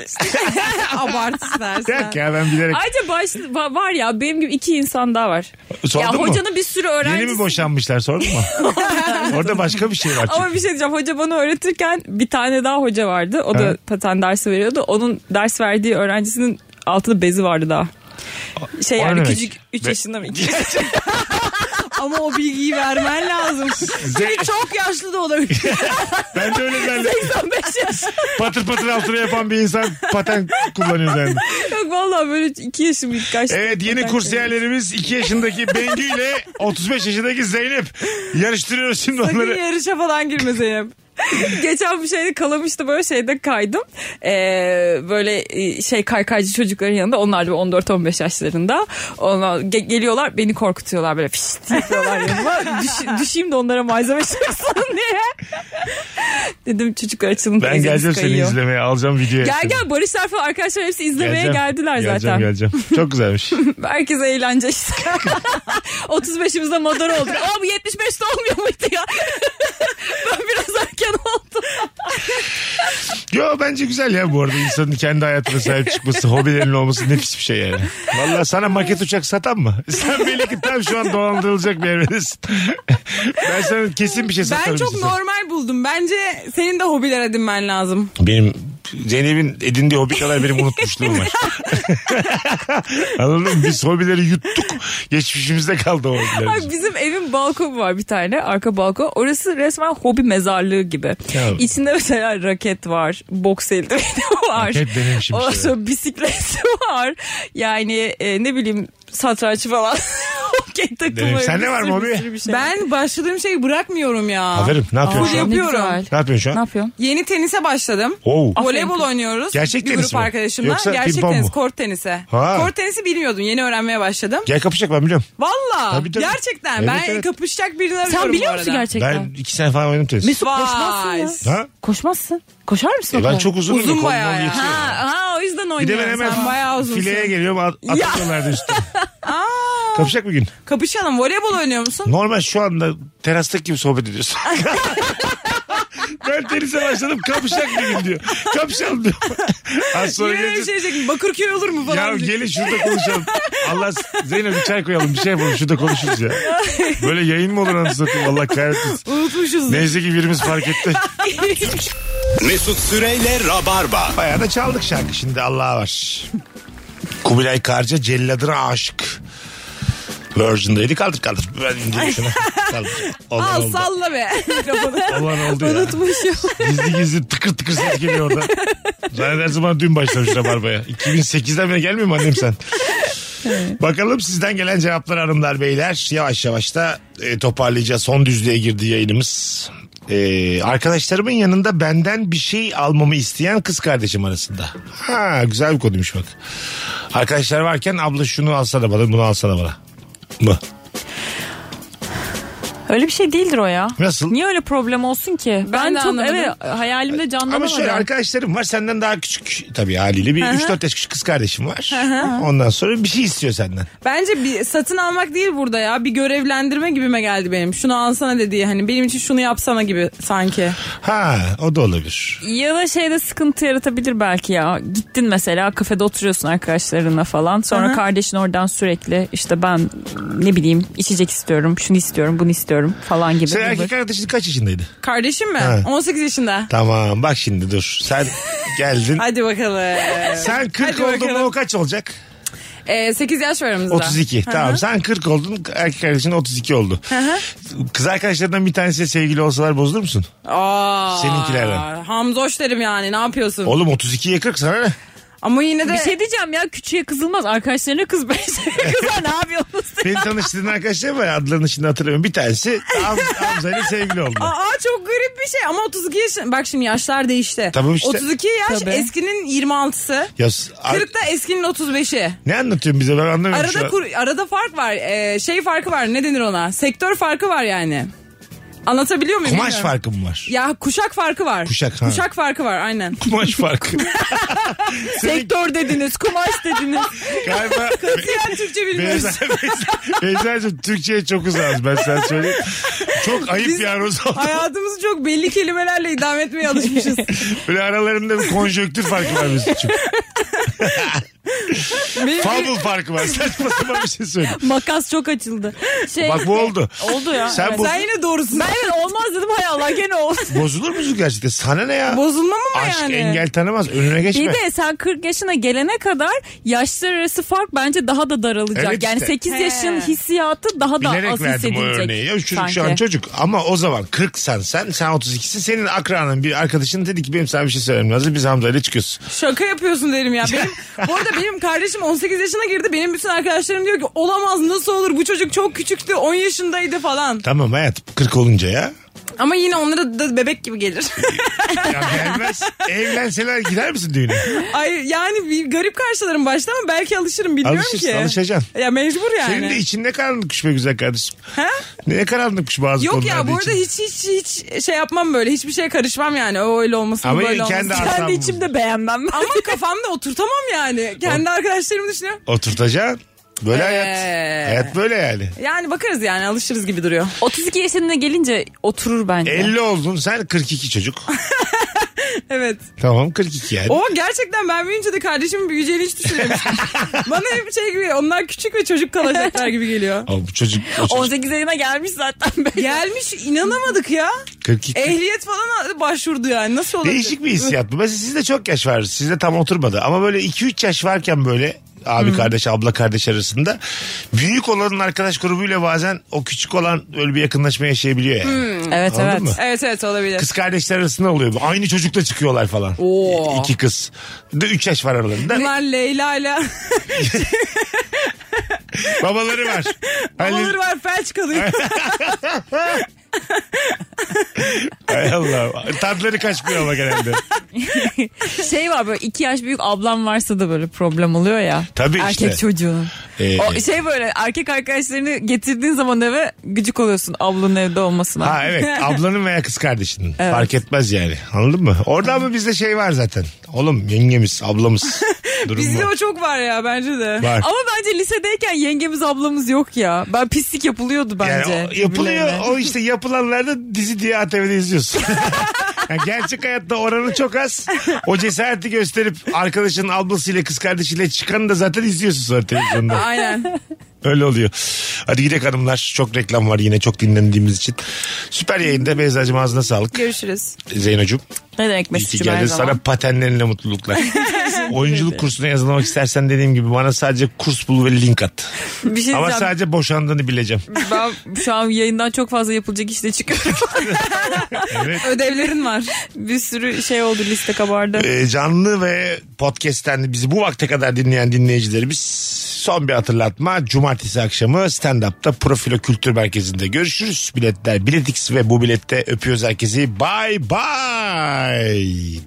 [SPEAKER 2] Abart istersen.
[SPEAKER 1] Yok ya ben bilerek.
[SPEAKER 4] Ayrıca baş, va- var ya benim gibi iki insan daha var.
[SPEAKER 1] Sordun
[SPEAKER 4] ya
[SPEAKER 1] mu?
[SPEAKER 4] hocanın bir sürü öğrencisi.
[SPEAKER 1] Yeni mi boşanmışlar sordun mu? Orada başka bir şey var çünkü.
[SPEAKER 4] Ama bir şey diyeceğim. Hoca bana öğretirken bir tane daha hoca vardı. O da
[SPEAKER 1] Evet.
[SPEAKER 4] paten dersi veriyordu. Onun ders verdiği öğrencisinin altında bezi vardı daha. Şey
[SPEAKER 1] o ne
[SPEAKER 4] yani
[SPEAKER 1] demek?
[SPEAKER 4] küçük 3
[SPEAKER 1] Be-
[SPEAKER 4] yaşında mı? İki-
[SPEAKER 2] Ama o bilgiyi vermen lazım. Çünkü çok yaşlı da olabilir.
[SPEAKER 1] Ben de öyle zannettim.
[SPEAKER 4] 85 yaş.
[SPEAKER 1] patır patır altına yapan bir insan paten kullanıyor zannettim.
[SPEAKER 4] Yok vallahi böyle 2 yaşım ilk kaçtı.
[SPEAKER 1] Evet yeni kursiyerlerimiz 2 yaşındaki Bengü ile 35 yaşındaki Zeynep. Yarıştırıyoruz şimdi
[SPEAKER 2] Sakın
[SPEAKER 1] onları.
[SPEAKER 2] yarışa falan girme Zeynep.
[SPEAKER 4] Geçen bir şeyde kalamıştı böyle şeyde kaydım. Ee, böyle e, şey kaykaycı çocukların yanında onlar da 14-15 yaşlarında. Onlar ge- geliyorlar beni korkutuyorlar böyle fiş yapıyorlar yanıma. Düş- düşeyim de onlara malzeme çıksın diye. Dedim çocuklar açılın.
[SPEAKER 1] Ben
[SPEAKER 4] teyzeniz
[SPEAKER 1] geleceğim seni
[SPEAKER 4] kayıyor.
[SPEAKER 1] izlemeye alacağım videoya.
[SPEAKER 4] Gel gel Barışlar falan arkadaşlar hepsi izlemeye geldiler
[SPEAKER 1] geleceğim,
[SPEAKER 4] zaten.
[SPEAKER 1] Geleceğim Çok güzelmiş.
[SPEAKER 4] Herkes eğlence işte. 35'imizde madar olduk. Ama bu 75'te olmuyor muydu ya? ben biraz erken oldum.
[SPEAKER 1] Yo bence güzel ya bu arada insanın kendi hayatına sahip çıkması, hobilerinin olması nefis bir şey yani. Valla sana maket uçak satan mı? Sen belli ki tam şu an dolandırılacak bir evredesin. ben sana kesin bir şey satarım.
[SPEAKER 2] Ben çok
[SPEAKER 1] istiyorsan.
[SPEAKER 2] normal buldum. Bence senin de hobiler edinmen lazım.
[SPEAKER 1] Benim Zeynep'in edindiği hobi kadar benim unutmuşluğum var. Anladın mı? Biz hobileri yuttuk. Geçmişimizde kaldı o
[SPEAKER 4] Bak
[SPEAKER 1] hobilerimiz.
[SPEAKER 4] bizim evin balkonu var bir tane arka balkon. Orası resmen hobi mezarlığı gibi.
[SPEAKER 1] Ya.
[SPEAKER 4] İçinde mesela raket var, boks eldiveni var.
[SPEAKER 1] Raket benim şey. işim
[SPEAKER 4] Ondan
[SPEAKER 1] işte.
[SPEAKER 4] sonra bisiklet var. Yani e, ne bileyim satranç falan. Okey
[SPEAKER 1] Demek-
[SPEAKER 4] takımı.
[SPEAKER 1] Ee, Sende
[SPEAKER 4] bir
[SPEAKER 1] var mı
[SPEAKER 4] sürü-
[SPEAKER 1] hobi?
[SPEAKER 4] bir sürü bir şey.
[SPEAKER 2] Ben başladığım şeyi bırakmıyorum ya.
[SPEAKER 1] Aferin. Ne yapıyorsun
[SPEAKER 2] Full
[SPEAKER 1] şu an?
[SPEAKER 4] Ne
[SPEAKER 2] yapıyorum.
[SPEAKER 4] güzel.
[SPEAKER 1] Ne yapıyorsun şu
[SPEAKER 4] Ne
[SPEAKER 1] an?
[SPEAKER 4] yapıyorsun?
[SPEAKER 2] Yeni tenise başladım.
[SPEAKER 1] Oo.
[SPEAKER 2] Voleybol oynuyoruz.
[SPEAKER 1] Gerçek
[SPEAKER 2] bir
[SPEAKER 1] tenis
[SPEAKER 2] grup
[SPEAKER 1] mi?
[SPEAKER 2] arkadaşımla.
[SPEAKER 1] Yoksa
[SPEAKER 2] Gerçek
[SPEAKER 1] pimpon mu?
[SPEAKER 2] tenis, kort tenisi.
[SPEAKER 1] Ha.
[SPEAKER 2] Kort tenisi bilmiyordum. Yeni öğrenmeye başladım.
[SPEAKER 1] Gel kapışacak ben biliyorum.
[SPEAKER 2] Valla.
[SPEAKER 1] Tabii, tabii.
[SPEAKER 2] Gerçekten.
[SPEAKER 1] Evet,
[SPEAKER 2] ben
[SPEAKER 1] evet.
[SPEAKER 2] kapışacak birini arıyorum
[SPEAKER 4] Sen
[SPEAKER 2] bu
[SPEAKER 4] biliyor musun
[SPEAKER 2] arada.
[SPEAKER 4] gerçekten?
[SPEAKER 1] Ben iki sene falan oynadım tenis.
[SPEAKER 4] Mesut
[SPEAKER 2] Vay.
[SPEAKER 4] koşmazsın ya.
[SPEAKER 1] Ha?
[SPEAKER 4] Koşmazsın. Koşar mısın? o
[SPEAKER 1] E ben
[SPEAKER 4] kadar?
[SPEAKER 1] çok uzunum.
[SPEAKER 2] Uzun
[SPEAKER 1] Kolum
[SPEAKER 2] bayağı
[SPEAKER 1] bol
[SPEAKER 2] ya.
[SPEAKER 1] yetiyor.
[SPEAKER 4] Ha, ha, o yüzden
[SPEAKER 1] Bir de
[SPEAKER 4] oynuyorum.
[SPEAKER 1] ben
[SPEAKER 2] sen bayağı
[SPEAKER 1] hemen
[SPEAKER 2] uzunsun.
[SPEAKER 1] fileye geliyorum at- atıyorlardı üstüne. Kapışacak mı gün?
[SPEAKER 2] Kapışalım. Voleybol oynuyor musun?
[SPEAKER 1] Normal şu anda terastaki gibi sohbet ediyorsun. ben tenise başladım kapışacak bir gün diyor. Kapışalım diyor. Az sonra
[SPEAKER 2] Yine öyle bir
[SPEAKER 1] geleceğiz.
[SPEAKER 2] şey diyecek. Bakırköy olur mu falan
[SPEAKER 1] Ya
[SPEAKER 2] diyecek.
[SPEAKER 1] gelin şurada konuşalım. Allah Zeynep bir çay koyalım bir şey yapalım şurada konuşuruz ya. Böyle yayın mı olur anasını satayım Allah kahretsin.
[SPEAKER 2] Unutmuşuz.
[SPEAKER 1] Neyse ki birimiz fark etti.
[SPEAKER 7] Mesut Süreyle Rabarba.
[SPEAKER 1] Bayağı da çaldık şarkı şimdi Allah'a var. Kubilay Karca celladına aşık. Virgin'deydi kaldır kaldır. Ben indireyim şunu. Kaldır. Olan
[SPEAKER 2] Al
[SPEAKER 1] oldu.
[SPEAKER 2] salla be. Mikrofonu.
[SPEAKER 1] Olan oldu ya.
[SPEAKER 2] Unutmuşum.
[SPEAKER 1] Gizli gizli tıkır tıkır ses geliyor orada. Zannedersin bana dün başlamış Rabarba'ya. 2008'den beri gelmiyor mu annem sen? Bakalım sizden gelen cevaplar hanımlar beyler. Yavaş yavaş da e, toparlayacağız. Son düzlüğe girdi yayınımız. E, arkadaşlarımın yanında benden bir şey almamı isteyen kız kardeşim arasında. Ha güzel bir konuymuş bak. Arkadaşlar varken abla şunu alsana bana bunu alsana bana. Mı?
[SPEAKER 4] Öyle bir şey değildir o ya.
[SPEAKER 1] Nasıl?
[SPEAKER 4] Niye öyle problem olsun ki? Ben,
[SPEAKER 2] de
[SPEAKER 4] çok
[SPEAKER 2] anlamadım.
[SPEAKER 4] evet hayalimde canlanamadım.
[SPEAKER 1] Ama şey, şöyle arkadaşlarım var senden daha küçük tabii haliyle bir 3-4 yaş küçük kız kardeşim var. Ondan sonra bir şey istiyor senden.
[SPEAKER 2] Bence bir satın almak değil burada ya. Bir görevlendirme gibime geldi benim. Şunu alsana dediği hani benim için şunu yapsana gibi sanki.
[SPEAKER 1] Ha o da olabilir.
[SPEAKER 4] Ya da şeyde sıkıntı yaratabilir belki ya. Gittin mesela kafede oturuyorsun arkadaşlarınla falan. Sonra kardeşin oradan sürekli işte ben ne bileyim içecek istiyorum, şunu istiyorum, bunu istiyorum falan gibi.
[SPEAKER 1] Sen
[SPEAKER 4] Olur.
[SPEAKER 1] erkek arkadaşın kaç yaşındaydı?
[SPEAKER 2] Kardeşim mi?
[SPEAKER 1] Ha.
[SPEAKER 2] 18 yaşında.
[SPEAKER 1] Tamam bak şimdi dur. Sen geldin.
[SPEAKER 2] Hadi bakalım.
[SPEAKER 1] Sen 40
[SPEAKER 2] Hadi
[SPEAKER 1] oldun mu
[SPEAKER 2] bakalım.
[SPEAKER 1] o kaç olacak?
[SPEAKER 2] Ee, 8 yaş var aramızda.
[SPEAKER 1] 32. Tamam sen 40 oldun erkek arkadaşın 32 oldu. Kız arkadaşlarından bir tanesiyle sevgili olsalar bozulur musun?
[SPEAKER 2] Aa,
[SPEAKER 1] Seninkilerden.
[SPEAKER 2] Hamzoş derim yani ne yapıyorsun?
[SPEAKER 1] Oğlum 32'ye 40 sana ne?
[SPEAKER 2] Ama yine de
[SPEAKER 4] Bir şey diyeceğim ya küçüğe kızılmaz. Arkadaşlarına kız ben kızlar ne yapıyorsunuz?
[SPEAKER 1] Beni tanıştığın arkadaşlarım var adlarını şimdi hatırlamıyorum. Bir tanesi Ham- Hamza ile sevgili oldu.
[SPEAKER 2] Aa çok garip bir şey ama 32 yaş bak şimdi yaşlar değişti.
[SPEAKER 1] Tamam işte.
[SPEAKER 2] 32 yaş
[SPEAKER 4] Tabii.
[SPEAKER 2] eskinin 26'sı.
[SPEAKER 1] Ya, s- ar-
[SPEAKER 2] 40 da eskinin 35'i.
[SPEAKER 1] ne anlatıyorsun bize ben anlamıyorum şu
[SPEAKER 2] Arada
[SPEAKER 1] an.
[SPEAKER 2] kur, arada fark var. Ee, şey farkı var. Ne denir ona? Sektör farkı var yani. Anlatabiliyor muyum?
[SPEAKER 1] Kumaş
[SPEAKER 2] bilmiyorum.
[SPEAKER 1] farkı mı var?
[SPEAKER 2] Ya kuşak farkı var.
[SPEAKER 1] Kuşak, ha.
[SPEAKER 2] farkı var aynen.
[SPEAKER 1] Kumaş farkı.
[SPEAKER 4] Sektör dediniz, kumaş dediniz.
[SPEAKER 1] Galiba
[SPEAKER 2] Yani Türkçe bilmiyoruz.
[SPEAKER 1] Beyza, Beyza- Beyza'cığım Türkçe'ye çok uzağız ben sana söyleyeyim. Çok ayıp
[SPEAKER 2] Biz-
[SPEAKER 1] yani o zaman.
[SPEAKER 2] Hayatımızı çok belli kelimelerle idame etmeye alışmışız.
[SPEAKER 1] Böyle aralarında bir konjonktür farkı var bizim için. Fable farkı var. Saçma sapan bir şey söyle.
[SPEAKER 4] Makas çok açıldı. Şey,
[SPEAKER 1] Bak bu oldu.
[SPEAKER 4] Oldu ya.
[SPEAKER 1] Sen boz-
[SPEAKER 2] Sen yine doğrusun.
[SPEAKER 4] Ben evet, olmaz dedim hay Allah gene olsun.
[SPEAKER 1] bozulur musun gerçekten? Sana ne ya?
[SPEAKER 2] Bozulmam ama
[SPEAKER 1] Aşk
[SPEAKER 2] yani.
[SPEAKER 1] engel tanımaz. Önüne geçme.
[SPEAKER 4] Bir de sen 40 yaşına gelene kadar yaşlar arası fark bence daha da daralacak.
[SPEAKER 1] Evet işte.
[SPEAKER 4] Yani 8
[SPEAKER 2] He.
[SPEAKER 4] yaşın hissiyatı daha da
[SPEAKER 1] Bilerek
[SPEAKER 4] az
[SPEAKER 1] verdim o
[SPEAKER 4] hissedilecek.
[SPEAKER 1] örneği. Ya çocuk şu an
[SPEAKER 4] sanki.
[SPEAKER 1] çocuk ama o zaman 40 sen sen sen 32'sin senin akranın bir arkadaşın dedi ki benim sana bir şey söylemem lazım biz Hamza ile çıkıyoruz.
[SPEAKER 2] Şaka yapıyorsun derim ya. Benim, bu arada benim kardeşim 18 yaşına girdi. Benim bütün arkadaşlarım diyor ki olamaz nasıl olur bu çocuk çok küçüktü 10 yaşındaydı falan.
[SPEAKER 1] Tamam hayat 40 olunca ya.
[SPEAKER 2] Ama yine onlara da bebek gibi gelir.
[SPEAKER 1] Ya gelmez. Evlenseler gider misin düğüne?
[SPEAKER 2] Ay yani bir garip karşılarım başta ama belki alışırım bilmiyorum
[SPEAKER 1] Alışırsın
[SPEAKER 2] ki.
[SPEAKER 1] alışacaksın.
[SPEAKER 2] Ya mecbur yani.
[SPEAKER 1] Senin de için ne karanlıkmış be güzel kardeşim. Ne karanlıkmış bazı
[SPEAKER 2] Yok
[SPEAKER 1] konularda
[SPEAKER 2] ya bu arada
[SPEAKER 1] için.
[SPEAKER 2] hiç hiç hiç şey yapmam böyle. Hiçbir şeye karışmam yani. O öyle olmasın
[SPEAKER 1] Ama
[SPEAKER 2] böyle olmasın.
[SPEAKER 1] kendi
[SPEAKER 4] Kendi
[SPEAKER 1] Tamam.
[SPEAKER 4] içimde beğenmem.
[SPEAKER 2] Ama kafamda oturtamam yani. Kendi arkadaşlarımı düşünüyorum.
[SPEAKER 1] Oturtacaksın. Böyle
[SPEAKER 2] Ee.
[SPEAKER 1] hayat. Hayat böyle yani.
[SPEAKER 2] Yani bakarız yani alışırız gibi duruyor.
[SPEAKER 4] 32 yaşına gelince oturur bence.
[SPEAKER 1] 50 oldun sen 42 çocuk.
[SPEAKER 2] evet.
[SPEAKER 1] Tamam 42 yani.
[SPEAKER 2] O gerçekten ben büyüyünce de kardeşimin büyüyeceğini hiç düşünmemiştim. Bana hep şey gibi onlar küçük ve çocuk kalacaklar gibi geliyor.
[SPEAKER 1] Ama bu çocuk, o çocuk
[SPEAKER 4] 18 yaşına gelmiş zaten. Ben.
[SPEAKER 2] Gelmiş inanamadık ya.
[SPEAKER 1] 42.
[SPEAKER 2] Ehliyet falan başvurdu yani nasıl olabilir?
[SPEAKER 1] Değişik bir hissiyat bu. Mesela sizde çok yaş var. Sizde tam oturmadı. Ama böyle 2-3 yaş varken böyle abi kardeş abla kardeş arasında büyük olanın arkadaş grubuyla bazen o küçük olan öyle bir yakınlaşma yaşayabiliyor yani.
[SPEAKER 4] Evet
[SPEAKER 1] Anladın
[SPEAKER 4] evet.
[SPEAKER 1] mı?
[SPEAKER 2] Evet evet olabilir.
[SPEAKER 1] Kız kardeşler arasında oluyor. bu. Aynı çocukla çıkıyorlar falan.
[SPEAKER 2] Oo.
[SPEAKER 1] İki kız. Bir De 3 yaş var aralarında.
[SPEAKER 2] Bunlar Leyla ile
[SPEAKER 1] Babaları var.
[SPEAKER 2] babaları var felç kalıyor.
[SPEAKER 1] Hay Allah. Tadları kaçmıyor ama genelde.
[SPEAKER 4] Şey var böyle iki yaş büyük ablam varsa da böyle problem oluyor ya.
[SPEAKER 1] Tabii
[SPEAKER 4] Erkek
[SPEAKER 1] işte.
[SPEAKER 4] çocuğunun.
[SPEAKER 1] Ee,
[SPEAKER 4] O şey böyle erkek arkadaşlarını getirdiğin zaman eve gücük oluyorsun ablanın evde olmasına.
[SPEAKER 1] Ha evet ablanın veya kız kardeşinin fark etmez yani anladın mı? Orada ama bizde şey var zaten. Oğlum yengemiz ablamız durum
[SPEAKER 2] Bizde
[SPEAKER 1] var.
[SPEAKER 2] o çok var ya bence de.
[SPEAKER 1] Var.
[SPEAKER 4] Ama bence lisedeyken yengemiz ablamız yok ya. Ben pislik yapılıyordu bence.
[SPEAKER 1] Yani o- yapılıyor
[SPEAKER 4] birbirlerine.
[SPEAKER 1] o işte yapılanlarda dizi diye ATV'de izliyorsun. Yani gerçek hayatta oranı çok az. O cesareti gösterip arkadaşının ablasıyla kız kardeşiyle çıkanı da zaten izliyorsun sonra televizyonda.
[SPEAKER 2] Aynen.
[SPEAKER 1] Öyle oluyor. Hadi gidelim hanımlar. Çok reklam var yine çok dinlendiğimiz için. Süper yayında Beyza'cığım ağzına sağlık.
[SPEAKER 2] Görüşürüz.
[SPEAKER 1] Zeynocuğum.
[SPEAKER 4] Ne demek
[SPEAKER 1] İyi ki
[SPEAKER 4] Mesut'cum her
[SPEAKER 1] geldin.
[SPEAKER 4] zaman.
[SPEAKER 1] Sana patenlerinle mutluluklar. Oyunculuk kursuna yazılmak istersen dediğim gibi bana sadece kurs bul ve link at.
[SPEAKER 4] Bir şey
[SPEAKER 1] Ama
[SPEAKER 4] diyeceğim.
[SPEAKER 1] sadece boşandığını bileceğim.
[SPEAKER 4] Ben şu an yayından çok fazla yapılacak işte çıkıyorum.
[SPEAKER 1] Evet.
[SPEAKER 2] Ödevlerin var.
[SPEAKER 4] bir sürü şey oldu liste kabardı.
[SPEAKER 1] Ee, canlı ve podcast'ten bizi bu vakte kadar dinleyen dinleyicilerimiz son bir hatırlatma. Cumartesi akşamı stand-up'ta Profilo Kültür Merkezi'nde görüşürüz. Biletler Biletix ve bu bilette öpüyoruz herkesi. Bye bye.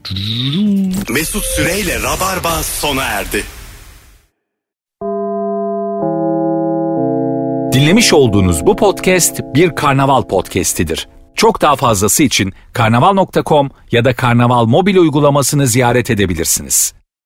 [SPEAKER 7] Mesut Süreyle Rabarba sona erdi.
[SPEAKER 10] Dinlemiş olduğunuz bu podcast bir karnaval podcastidir. Çok daha fazlası için karnaval.com ya da karnaval mobil uygulamasını ziyaret edebilirsiniz.